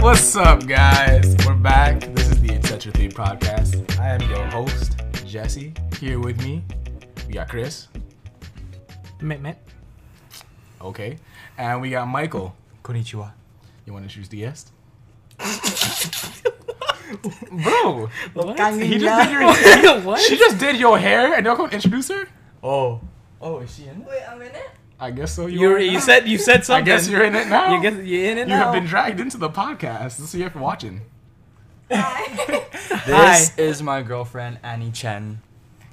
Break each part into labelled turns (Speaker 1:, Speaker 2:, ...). Speaker 1: What's up, guys? We're back. This is the Etc. Theme podcast. I am your host, Jesse. Here with me, we got Chris.
Speaker 2: Meh, meh.
Speaker 1: Okay. And we got Michael.
Speaker 2: Konnichiwa.
Speaker 1: You want to introduce the guest? Bro, he just did your,
Speaker 2: what?
Speaker 1: she just did your hair, and y'all gonna introduce her?
Speaker 2: Oh. Oh, is she in it?
Speaker 3: Wait a minute.
Speaker 1: I guess so. You,
Speaker 2: You're,
Speaker 1: are
Speaker 2: you
Speaker 1: now.
Speaker 2: said you said
Speaker 1: I
Speaker 2: something.
Speaker 1: guess you're in it now.
Speaker 2: You guess you're in it
Speaker 1: You have
Speaker 2: now.
Speaker 1: been dragged into the podcast. So you're watching.
Speaker 3: Hi.
Speaker 4: This
Speaker 2: Hi.
Speaker 4: is my girlfriend Annie Chen.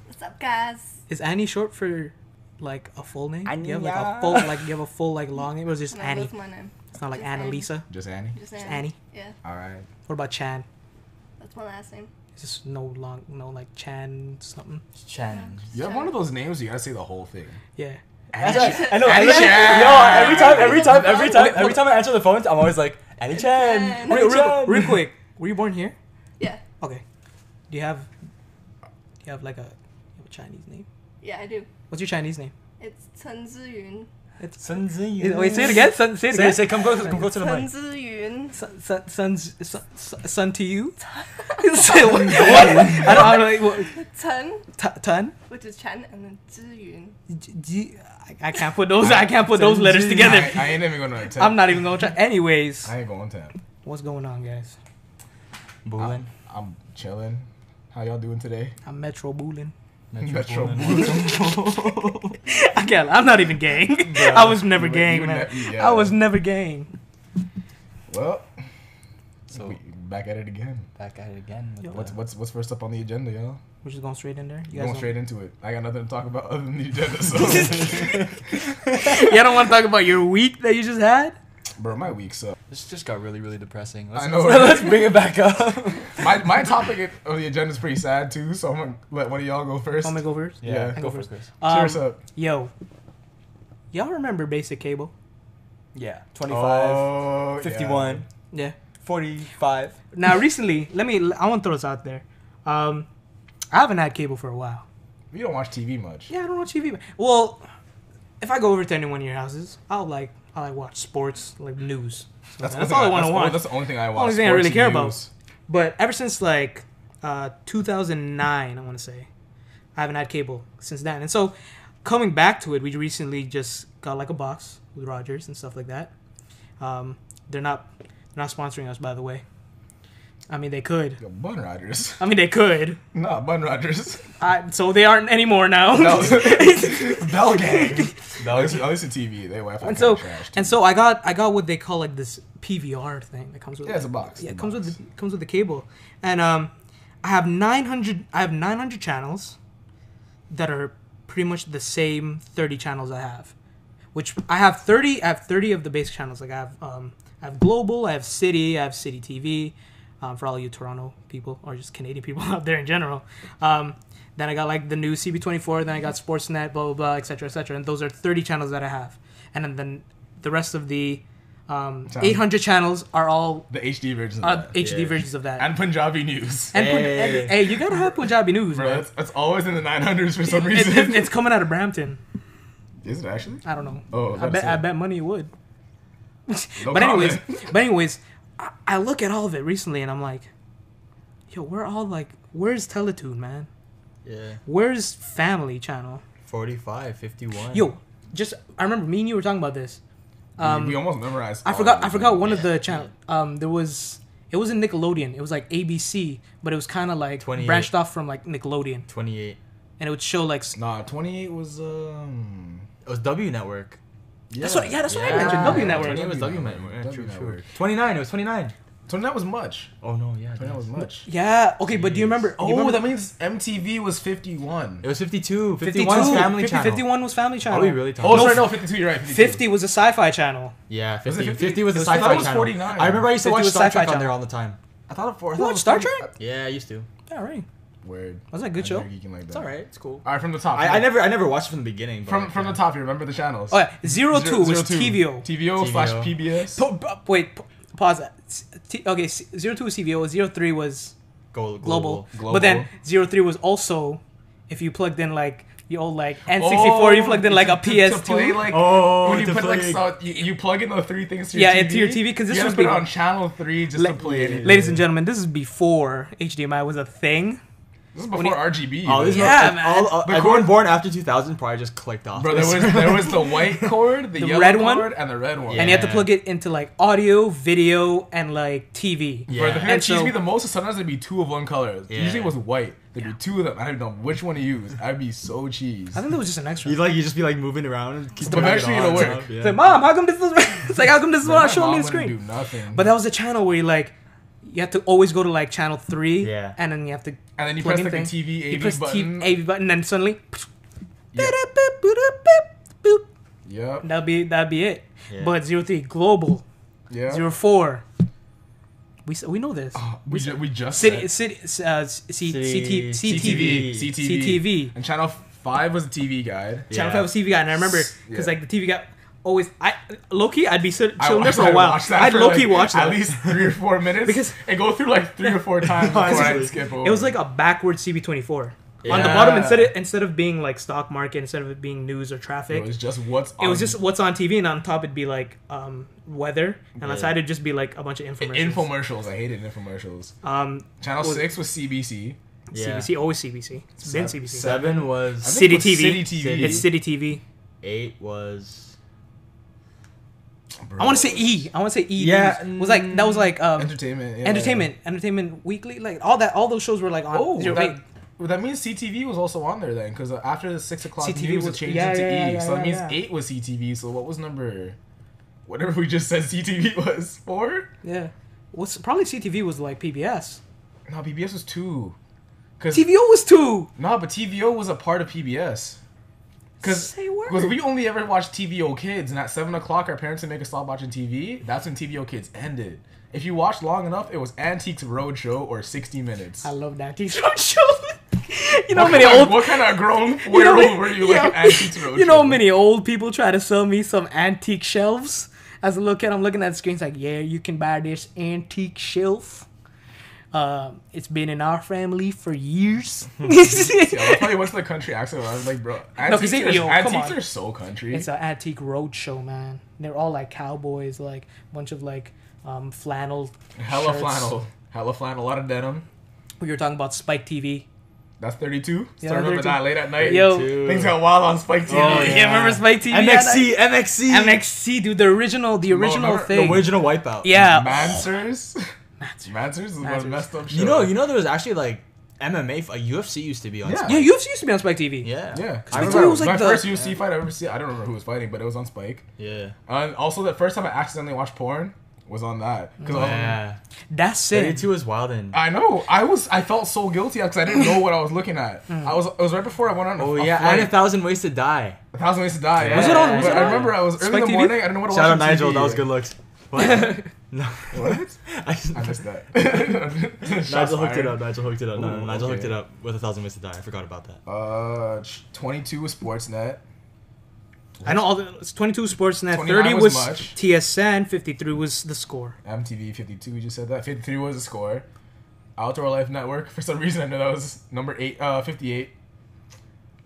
Speaker 3: What's up, guys?
Speaker 2: is Annie short for like a full name? Do You have like a
Speaker 4: Anya.
Speaker 2: full like you have a full like long name, or is it just
Speaker 3: No,
Speaker 2: Annie?
Speaker 3: that's my name.
Speaker 2: It's not like
Speaker 3: Just Annie.
Speaker 2: Annalisa.
Speaker 1: Just Annie.
Speaker 3: Just
Speaker 2: It's
Speaker 3: Annie.
Speaker 2: Annie.
Speaker 3: Yeah,
Speaker 1: All right.
Speaker 2: What about Chan?
Speaker 3: that's my last name.
Speaker 2: It's just no long, no like Chan something.
Speaker 4: Chen.
Speaker 1: You have one of those names. You gotta say the whole thing.
Speaker 2: Yeah.
Speaker 4: I know.
Speaker 1: Annie
Speaker 4: every-
Speaker 1: Chen.
Speaker 4: No, every time, every time, every time, every time I answer the phone, I'm always like Annie Chen.
Speaker 3: Chen.
Speaker 4: Annie
Speaker 2: Real, real,
Speaker 4: Chen."
Speaker 2: real quick. Were you born here?
Speaker 3: Yeah,
Speaker 2: Okay. Do you have? Do you have like a, you have a Chinese name?
Speaker 3: yeah, I do.
Speaker 2: What's your Chinese name?
Speaker 3: It's Chen Ziyun.
Speaker 4: Sun Ziyun.
Speaker 2: Wait, say it again. Sun, say it
Speaker 4: Say,
Speaker 2: again.
Speaker 4: say, come close, come close to the
Speaker 3: Chen
Speaker 4: mic.
Speaker 3: Ziyun.
Speaker 2: Sun, sun, sun's- sun, sun, sun to you? Say what? I don't, I don't know. What,
Speaker 3: Chen,
Speaker 2: t- ton?
Speaker 3: which is Chen, and then Ziyun.
Speaker 2: G- G- I- I can't put those. I can't put those letters together.
Speaker 1: I, I ain't even gonna attempt.
Speaker 2: I'm not even gonna try. Anyways,
Speaker 1: I ain't gonna attempt.
Speaker 2: what's going on, guys?
Speaker 4: Bulin.
Speaker 1: I'm chilling. How y'all doing today?
Speaker 2: I'm Metro Booling.
Speaker 1: Metro.
Speaker 2: I can't. I'm not even gang. I was never
Speaker 1: You would-
Speaker 2: gang,
Speaker 1: you would
Speaker 2: man.
Speaker 1: ne- yeah.
Speaker 2: I was never gang.
Speaker 1: Well,
Speaker 4: So
Speaker 1: we back at it again.
Speaker 4: back at it again. with
Speaker 2: Yo.
Speaker 4: the-
Speaker 1: What's what's what's first up on the agenda, y'all?
Speaker 2: We're just going straight in there. You guys
Speaker 1: Going
Speaker 2: don't,
Speaker 1: straight into it. I got nothing to talk about other than the agenda. So,
Speaker 2: you don't want to talk about your week that you just had?
Speaker 1: bro, my week's up.
Speaker 4: This just got really, really depressing.
Speaker 1: I
Speaker 4: Let's,
Speaker 1: know.
Speaker 4: let's bring it back up.
Speaker 1: My my topic of the agenda is pretty sad too. So I'm gonna let one of y'all go first.
Speaker 2: Want me to go first?
Speaker 1: Yeah.
Speaker 2: I
Speaker 4: go
Speaker 2: go
Speaker 4: for it,
Speaker 2: first.
Speaker 4: Chris.
Speaker 2: Oh Um,
Speaker 1: Cheers up.
Speaker 2: Yo, y'all remember basic cable?
Speaker 4: Yeah, 25,
Speaker 1: Oh, yeah.
Speaker 4: 51,
Speaker 2: Yeah.
Speaker 4: 45.
Speaker 2: Now, recently, let me. I want to throw this out there. Um, I haven't had cable for a while.
Speaker 1: We don't watch TV much.
Speaker 2: Yeah, I don't watch TV. Well, if I go over to any one of your houses, I'll like I like watch sports, like news. So that's,
Speaker 1: the
Speaker 2: all I
Speaker 1: thing
Speaker 2: want to
Speaker 1: that's
Speaker 2: watch.
Speaker 1: That's the only thing I watch.
Speaker 2: Only thing I really
Speaker 1: Sports
Speaker 2: care
Speaker 1: news.
Speaker 2: But ever since like uh, 2009, I want to say, I haven't had cable since then. And so, coming back to it, we recently just got like a box with Rogers and stuff like that. Um, they're not they're not sponsoring us, by the way. I mean, they could.
Speaker 1: Yo, Bun Rogers.
Speaker 2: I mean, they could.
Speaker 1: Nah, Bun Rogers.
Speaker 2: I, so they aren't anymore now.
Speaker 1: Bell, Bell Gang.
Speaker 4: That
Speaker 1: At
Speaker 4: was
Speaker 1: least, at least the TV. They Wi-Fi
Speaker 2: and
Speaker 1: kinda
Speaker 2: so
Speaker 1: trash. too.
Speaker 2: and so I got I got what they call like this PVR thing that comes with
Speaker 1: Yeah, it's a box.
Speaker 2: yeah
Speaker 1: It's
Speaker 2: it
Speaker 1: a
Speaker 2: comes
Speaker 1: box.
Speaker 2: with the, comes with the cable and um I have 900 I have 900 channels that are pretty much the same 30 channels I have which I have 30 I have 30 of the basic channels like I have um I have global I have city I have city TV um, for all you Toronto people or just Canadian people out there in general um then I got like the new CB24 then I got Sportsnet blah blah blah etc etc and those are 30 channels that I have and then- then the rest of the um,
Speaker 1: Sound.
Speaker 2: 800 channels are all
Speaker 1: the HD version.
Speaker 2: uh,
Speaker 1: of that.
Speaker 2: HD versions of that.
Speaker 1: and Punjabi news.
Speaker 2: And Pun-
Speaker 4: Hey.
Speaker 2: and- hey, you gotta have Punjabi news,
Speaker 1: Bro,
Speaker 2: man.
Speaker 1: that's, that's always in the 900s for some
Speaker 2: It,
Speaker 1: reason.
Speaker 2: it- it's coming out of Brampton.
Speaker 1: Is it actually?
Speaker 2: I don't know.
Speaker 1: Oh, I was
Speaker 2: I
Speaker 1: about
Speaker 2: bet
Speaker 1: to say.
Speaker 2: I bet money it would.
Speaker 1: No
Speaker 2: but anyways,
Speaker 1: comment.
Speaker 2: but anyways, I, I look at all of it recently and I'm like, yo, we're all like, where's Teletoon, man?
Speaker 4: Yeah,
Speaker 2: Where's Family Channel?
Speaker 4: 45, 51.
Speaker 2: Yo, just I remember me and you were talking about this.
Speaker 1: we, we almost memorized.
Speaker 2: Um, I
Speaker 1: all
Speaker 2: forgot.
Speaker 1: of
Speaker 2: I
Speaker 1: it.
Speaker 2: forgot one of the channel. Um, there was it wasn't Nickelodeon. It was like ABC, but it was kind of like
Speaker 4: 28.
Speaker 2: branched off from like Nickelodeon,
Speaker 4: 28.
Speaker 2: and it would show like. s-
Speaker 1: Nah, 28 was um.
Speaker 4: It was W Network.
Speaker 1: Yeah.
Speaker 2: That's what. Yeah, that's what I
Speaker 4: Yeah.
Speaker 2: mentioned. W
Speaker 1: Yeah.
Speaker 2: Network.
Speaker 4: It was
Speaker 1: W
Speaker 4: W
Speaker 1: Network.
Speaker 4: Network. Yeah,
Speaker 1: W
Speaker 4: true,
Speaker 1: Network.
Speaker 4: true. 29. It was 29.
Speaker 1: 29 was much.
Speaker 4: Oh no, yeah.
Speaker 1: 29 was much.
Speaker 2: Yeah. Okay, but do you remember? Oh,
Speaker 1: Oh, that
Speaker 2: the,
Speaker 1: means MTV was 51.
Speaker 4: It was 52.
Speaker 2: 52,
Speaker 4: 51 's Family
Speaker 2: 50
Speaker 4: Channel.
Speaker 2: 51 was Family Channel.
Speaker 4: Are we really talking?
Speaker 1: Oh, sorry, no, 52. You're right. 52.
Speaker 2: 50 was a sci-fi channel.
Speaker 4: Yeah, 50.
Speaker 1: Was
Speaker 4: 50
Speaker 1: it
Speaker 4: was,
Speaker 1: 50?
Speaker 4: the
Speaker 1: I thought
Speaker 4: sci-fi
Speaker 1: it was
Speaker 4: channel.
Speaker 1: 49.
Speaker 4: I remember I used to
Speaker 2: 50
Speaker 4: watch
Speaker 2: was
Speaker 4: Star
Speaker 2: Sci-Fi
Speaker 4: Trek on
Speaker 2: Channel.
Speaker 4: there all the time.
Speaker 1: I thought it four. I
Speaker 2: You
Speaker 1: thought it
Speaker 2: watch
Speaker 1: was
Speaker 2: Star
Speaker 1: 40.
Speaker 2: Trek?
Speaker 4: Yeah, I used to.
Speaker 2: Yeah, right.
Speaker 1: Word.
Speaker 2: Was that a good
Speaker 1: I'm
Speaker 2: show?
Speaker 1: very geeking like
Speaker 4: It's
Speaker 1: that.
Speaker 4: alright. It's cool.
Speaker 1: All right, from the top.
Speaker 4: I, I never, I never watched it from the beginning. but,
Speaker 1: From
Speaker 4: like,
Speaker 1: from
Speaker 4: yeah.
Speaker 1: the top. You remember the channels.
Speaker 2: Oh yeah, zero two was
Speaker 1: two.
Speaker 2: TVO.
Speaker 1: TVO slash PBS.
Speaker 2: Po- po- wait, po- pause that. S- T- okay, s- zero two was TVO. Zero three was
Speaker 4: Go global.
Speaker 2: global.
Speaker 1: Global.
Speaker 2: But then zero three was also, if you plugged in like the old like N64.
Speaker 1: Oh,
Speaker 2: you plugged in like a
Speaker 1: to- to- to play,
Speaker 2: PS2.
Speaker 1: like,
Speaker 4: Oh,
Speaker 1: when you
Speaker 4: to
Speaker 1: put like
Speaker 4: play-
Speaker 1: so, you, you plug in the three things to your
Speaker 2: Yeah,
Speaker 1: TV.
Speaker 2: into your TV, 'cause this
Speaker 1: you gotta
Speaker 2: was
Speaker 1: put it
Speaker 2: big-
Speaker 1: on channel three just to play anything.
Speaker 2: Ladies and gentlemen, this is before HDMI was a thing.
Speaker 1: This is before RGB.
Speaker 4: Oh, this is
Speaker 2: Yeah,
Speaker 4: all-
Speaker 2: man.
Speaker 4: all- all-
Speaker 1: The
Speaker 4: everyone
Speaker 1: cord-
Speaker 4: born after 2000 probably just clicked off.
Speaker 1: Bro,
Speaker 4: this.
Speaker 1: there was there was the white cord, the,
Speaker 2: The
Speaker 1: yellow
Speaker 2: red one?
Speaker 1: cord, and the red one.
Speaker 2: And you have to
Speaker 4: Yeah.
Speaker 2: plug it into like audio, video, and like TV.
Speaker 1: Bro, the
Speaker 4: Yeah.
Speaker 1: thing that
Speaker 2: And
Speaker 1: cheesed
Speaker 2: so-
Speaker 1: me the most is sometimes there'd be two of one color.
Speaker 4: Yeah.
Speaker 1: Usually it was white. There'd be two of them. I didn't know which one to use. I'd be so cheesed.
Speaker 2: I think that was just an extra.
Speaker 4: You'd like you just be like moving around. And keep
Speaker 1: But
Speaker 4: turning
Speaker 1: actually
Speaker 4: it
Speaker 1: it'll
Speaker 4: on
Speaker 1: work.
Speaker 4: and stuff, yeah.
Speaker 2: It's like, mom, how come this is? it's like, how come this is
Speaker 1: Bro, my
Speaker 2: not showing me
Speaker 1: mom
Speaker 2: the
Speaker 1: wouldn't
Speaker 2: screen?
Speaker 1: Do nothing.
Speaker 2: But that was a channel where you like, you have to always go to like channel three,
Speaker 4: Yeah.
Speaker 2: and then you have to.
Speaker 1: and then you
Speaker 2: plug
Speaker 1: press
Speaker 2: in
Speaker 1: like the
Speaker 2: things.
Speaker 1: TV AV
Speaker 2: you press
Speaker 1: button.
Speaker 2: T- AV button, and suddenly,
Speaker 1: Yeah.
Speaker 2: boop, boop, boop, boop.
Speaker 1: Yep.
Speaker 2: that'd be that'd be it.
Speaker 4: Yeah.
Speaker 2: But zero three global,
Speaker 1: Yep.
Speaker 2: zero four. We s- we know this.
Speaker 1: We, ju- we just
Speaker 2: City
Speaker 1: said
Speaker 2: city uh, c- c-
Speaker 4: City-
Speaker 2: CT
Speaker 1: CTV,
Speaker 2: CTV.
Speaker 1: CTV,
Speaker 2: CTV.
Speaker 1: and channel five was a TV guide.
Speaker 2: Channel
Speaker 4: Yeah.
Speaker 2: Five was TV guy, and I remember
Speaker 1: Yeah.
Speaker 2: because like the TV guy always I low key I'd be sit-
Speaker 1: I-
Speaker 2: chilling there
Speaker 1: I-
Speaker 2: for
Speaker 1: I
Speaker 2: a while.
Speaker 1: watched that
Speaker 2: I'd
Speaker 1: for,
Speaker 2: low key
Speaker 1: like,
Speaker 2: watch that.
Speaker 1: at least three or four minutes
Speaker 2: Because-
Speaker 1: it go through like three or four times before I
Speaker 4: Honestly.
Speaker 1: skip over.
Speaker 2: It was like a backwards CB24. On the
Speaker 4: Yeah.
Speaker 2: bottom, instead of, instead of being like stock market, instead of it being news or traffic,
Speaker 1: it was just what's on
Speaker 2: just what's on TV, and on top it'd be like um, weather, and on
Speaker 4: Yeah.
Speaker 2: side it'd just be like a bunch of infomercials.
Speaker 1: infomercials. I hated infomercials.
Speaker 2: um,
Speaker 1: Channel
Speaker 2: Was-
Speaker 1: six was CBC.
Speaker 4: Yeah.
Speaker 2: CBC, always CBC. It's been
Speaker 1: Seven-
Speaker 2: CBC.
Speaker 4: Seven
Speaker 1: I
Speaker 4: was
Speaker 1: think it was
Speaker 2: City TV.
Speaker 1: City TV.
Speaker 2: It's City TV.
Speaker 4: eight was
Speaker 1: Bro.
Speaker 2: I want to say E. I want to say E.
Speaker 4: Yeah,
Speaker 2: News. was like that was like um, entertainment,
Speaker 1: entertainment. yeah.
Speaker 2: entertainment, Weekly, like all that. All those shows were like on.
Speaker 1: Oh,
Speaker 2: zero
Speaker 1: that,
Speaker 2: eight.
Speaker 1: well, that means CTV was also on there then, because after the six o'clock
Speaker 2: CTV
Speaker 1: news,
Speaker 2: was-
Speaker 1: it changed
Speaker 2: yeah,
Speaker 1: into
Speaker 2: yeah,
Speaker 1: E.
Speaker 2: yeah,
Speaker 1: so that
Speaker 2: yeah,
Speaker 1: means
Speaker 2: yeah.
Speaker 1: eight was CTV. So what was number? Whatever we just said, CTV was four.
Speaker 2: yeah. What's probably CTV was like PBS.
Speaker 1: No, PBS was two. Cause
Speaker 2: TVO was two.
Speaker 1: no, but TVO was a part of PBS. Cause,
Speaker 2: Say word.
Speaker 1: 'cause we only ever watched TVO Kids, and at seven o'clock, our parents would make us stop watching TV. That's when TVO Kids ended. If you watched long enough, it was Antiques Roadshow or 60 Minutes.
Speaker 2: I love that Antiques Roadshow. you know how
Speaker 1: what,
Speaker 2: many
Speaker 1: kind
Speaker 2: old
Speaker 1: of, what kind of grown
Speaker 2: you know
Speaker 1: four-year-old
Speaker 2: many-
Speaker 1: were you
Speaker 2: yeah.
Speaker 1: like at Antiques Roadshow?
Speaker 2: You know how many old people try to sell me some antique shelves? As I look at, I'm looking at the screen. It's like, yeah, you can buy this antique shelf. Um, it's been in our family for years.
Speaker 1: Yeah, I love how he went to the country accent. I was like, bro, antiques,
Speaker 2: 'cause they-
Speaker 1: are,
Speaker 2: yo, come
Speaker 1: antiques
Speaker 2: on.
Speaker 1: are so country.
Speaker 2: It's an antique roadshow, man. They're all like cowboys, like bunch of like um, flannel.
Speaker 1: Hella
Speaker 2: shirts.
Speaker 1: flannel. Hella flannel. A lot of denim.
Speaker 2: We were talking about Spike TV.
Speaker 1: That's 32.
Speaker 2: Yeah,
Speaker 1: Starting up at
Speaker 2: 32.
Speaker 1: night, late at night.
Speaker 2: Yo.
Speaker 4: Two.
Speaker 1: Things got wild on Spike TV.
Speaker 4: Oh,
Speaker 2: Oh. yeah,
Speaker 4: yeah.
Speaker 2: remember Spike TV?
Speaker 4: MXC, MXC,
Speaker 2: MXC, dude, the original, the original
Speaker 1: remember the
Speaker 2: thing.
Speaker 4: the original Wipeout.
Speaker 2: yeah.
Speaker 1: Mansers. Mansers is one
Speaker 2: Mansers.
Speaker 1: messed up show.
Speaker 4: You know, you know, there was actually like MMA, f- uh, UFC used to be on.
Speaker 1: Yeah.
Speaker 4: Spike.
Speaker 2: Yeah, UFC used to be on Spike TV.
Speaker 4: yeah,
Speaker 1: Yeah.
Speaker 4: I
Speaker 2: Spike
Speaker 1: remember
Speaker 2: TV
Speaker 4: remember.
Speaker 2: was like
Speaker 1: my
Speaker 2: the-
Speaker 1: first UFC fight I ever see. I don't remember who was fighting, but it was on Spike.
Speaker 4: yeah,
Speaker 1: And also, the first time I accidentally watched porn was on that. Because
Speaker 4: Oh, yeah.
Speaker 2: That's it.
Speaker 4: Thirty-two was wild and.
Speaker 1: I know. I was. I felt so guilty because I didn't know what I was looking at. I was. It was right before I went on.
Speaker 4: Hmm. Oh
Speaker 1: a
Speaker 4: yeah,
Speaker 1: flight.
Speaker 4: and a thousand ways to die.
Speaker 1: A Thousand Ways to Die.
Speaker 4: Was it on-
Speaker 2: was
Speaker 1: but
Speaker 2: it
Speaker 1: I
Speaker 2: on
Speaker 1: remember I was early
Speaker 2: Spike
Speaker 1: in the
Speaker 2: TV?
Speaker 1: morning. I don't know what to
Speaker 4: Shout
Speaker 1: watch
Speaker 4: out
Speaker 1: on
Speaker 4: Nigel,
Speaker 1: TV.
Speaker 4: that was good looks. What? no,
Speaker 1: What?
Speaker 4: I,
Speaker 1: I missed that.
Speaker 4: Nigel hooked it up. Nigel hooked it up. No, no,
Speaker 1: Ooh,
Speaker 4: Nigel hooked
Speaker 1: okay.
Speaker 4: it up with a thousand ways to die. I forgot about that.
Speaker 1: Uh, ch- 22 was Sportsnet.
Speaker 2: I know all the it's 22 Sportsnet,
Speaker 1: 29
Speaker 2: 30
Speaker 1: was
Speaker 2: was
Speaker 1: much.
Speaker 2: TSN, 53 was the score.
Speaker 1: MTV 52, we just said that. 53 was the score. Outdoor Life Network, for some reason I know that was number eight, uh, 58.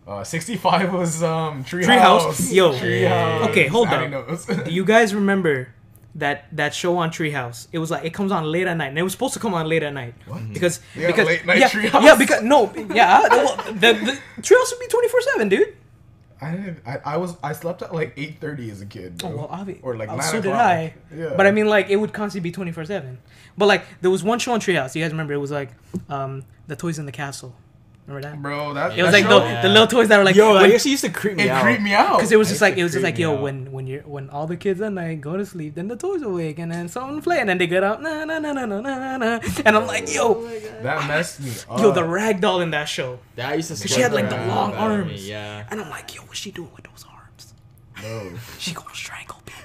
Speaker 1: Uh, 65 was um, Treehouse.
Speaker 2: Treehouse? Yo.
Speaker 1: Treehouse.
Speaker 2: Okay, hold
Speaker 1: Abby
Speaker 2: up.
Speaker 1: knows.
Speaker 2: Do you guys remember that that show on Treehouse? It was like it comes on late at night, and it was supposed to come on late at night because
Speaker 1: They got
Speaker 2: because
Speaker 1: late night
Speaker 2: yeah,
Speaker 1: Treehouse?
Speaker 2: yeah because no yeah uh, well, the, the Treehouse would be 24 seven, dude.
Speaker 1: I, didn't, I, I was I slept at like 8.30 as a kid.
Speaker 2: Oh
Speaker 1: bro.
Speaker 2: well, obvi-
Speaker 1: Or like
Speaker 2: oh,
Speaker 1: 9
Speaker 2: so did
Speaker 1: o'clock.
Speaker 2: I.
Speaker 1: Yeah.
Speaker 2: But I mean, like, it would constantly be twenty four seven. But like, there was one show on Treehouse. You guys remember? It was like, um, the toys in the castle. Remember that?
Speaker 1: Bro, that
Speaker 2: It
Speaker 1: Mm.
Speaker 2: was
Speaker 1: that
Speaker 2: like
Speaker 1: show,
Speaker 2: the, the little toys that were like
Speaker 4: Yo, that
Speaker 2: when-
Speaker 4: actually used to creep me
Speaker 1: It
Speaker 4: out.
Speaker 1: creeped me out.
Speaker 2: Because it was just
Speaker 4: That
Speaker 2: like
Speaker 4: used to
Speaker 2: it was just
Speaker 4: creep
Speaker 2: like
Speaker 4: me
Speaker 2: yo,
Speaker 4: out.
Speaker 2: when when you're when all the kids at night go to sleep, then the toys awake, and then someone play, and then they get up, na na na na na na na, and I'm like yo,
Speaker 3: Oh my god.
Speaker 1: That messed me up.
Speaker 2: yo, the rag doll in that show,
Speaker 4: That used to.
Speaker 2: she
Speaker 4: scare
Speaker 2: had,
Speaker 4: the
Speaker 2: like, the
Speaker 4: crap
Speaker 2: long
Speaker 4: out of me,
Speaker 2: arms.
Speaker 4: Yeah.
Speaker 2: and I'm like yo, what's she doing with those arms?
Speaker 1: No.
Speaker 2: She gonna strangle people.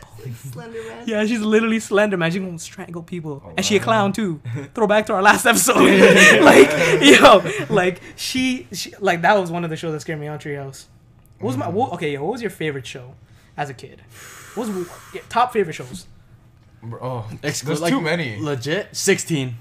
Speaker 3: Slender Man.
Speaker 2: Yeah, she's literally slender man. She gonna strangle people, and she a
Speaker 1: wow.
Speaker 2: clown too. Throw back to our last episode, like yo, like she, she, like that was one of the shows that scared me on Treehouse. What was my what, okay? Yo, what was your favorite show as a kid? What was yeah, top favorite shows?
Speaker 1: Bro, oh,
Speaker 4: Exclu-
Speaker 1: there's
Speaker 4: like,
Speaker 1: too many.
Speaker 4: Legit. Sixteen.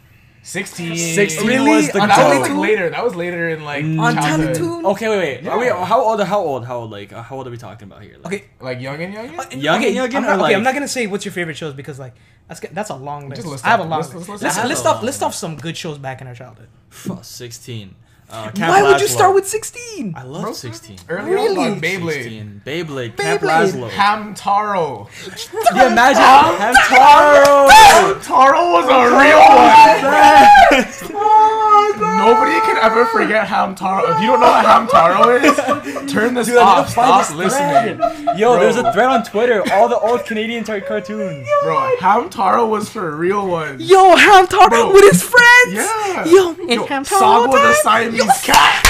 Speaker 1: Sixteen.
Speaker 4: 16
Speaker 2: Really?
Speaker 4: was the
Speaker 1: Oh,
Speaker 2: On
Speaker 1: that was
Speaker 2: Tele
Speaker 4: goal.
Speaker 1: like
Speaker 2: Teletoon?
Speaker 1: later. That was later in like
Speaker 2: On
Speaker 1: childhood.
Speaker 2: Teletoon?
Speaker 4: Okay, wait, wait. Are we,
Speaker 1: Yeah.
Speaker 4: how old? How old? How old? Like, uh, how old are we talking about here? Like,
Speaker 2: Okay.
Speaker 1: Like young and
Speaker 2: Uh,
Speaker 1: young. and-
Speaker 4: Young
Speaker 2: Oh, okay,
Speaker 4: and Young
Speaker 2: I'm
Speaker 4: and
Speaker 2: not,
Speaker 4: or,
Speaker 2: okay, I'm not
Speaker 4: like-
Speaker 2: gonna say what's your favorite shows because like that's g- that's a long list.
Speaker 1: Just list
Speaker 2: I have a
Speaker 1: off-
Speaker 2: long
Speaker 1: list-
Speaker 2: list.
Speaker 1: list- list
Speaker 2: List, list,
Speaker 4: off- I
Speaker 2: off
Speaker 4: have a
Speaker 2: list
Speaker 4: long
Speaker 2: off some good shows back in our childhood.
Speaker 4: Fuck, sixteen. Uh,
Speaker 2: Why would you start with 16?
Speaker 4: I love
Speaker 1: Bro,
Speaker 4: sixteen.
Speaker 1: Early on,
Speaker 2: Really?
Speaker 1: like Beyblade.
Speaker 4: 16. Beyblade. Camp
Speaker 2: Beyblade.
Speaker 4: Lazlo.
Speaker 1: Hamtaro.
Speaker 4: Yeah, imagine Hamtaro.
Speaker 1: Hamtaro was a real one. Nobody can ever forget Hamtaro. If you don't know what Hamtaro is, turn this
Speaker 4: Dude, I need
Speaker 1: off.
Speaker 4: to find
Speaker 1: Stop
Speaker 4: this
Speaker 1: listening.
Speaker 4: thread. Yo,
Speaker 1: Bro.
Speaker 4: there's a thread on Twitter. All the old Canadian tar- cartoons.
Speaker 1: Bro, Hamtaro was for a real one.
Speaker 2: Yo, Hamtaro
Speaker 1: Bro. with
Speaker 2: his friends.
Speaker 1: Yeah.
Speaker 2: and
Speaker 1: Sagwa the Siamese cat.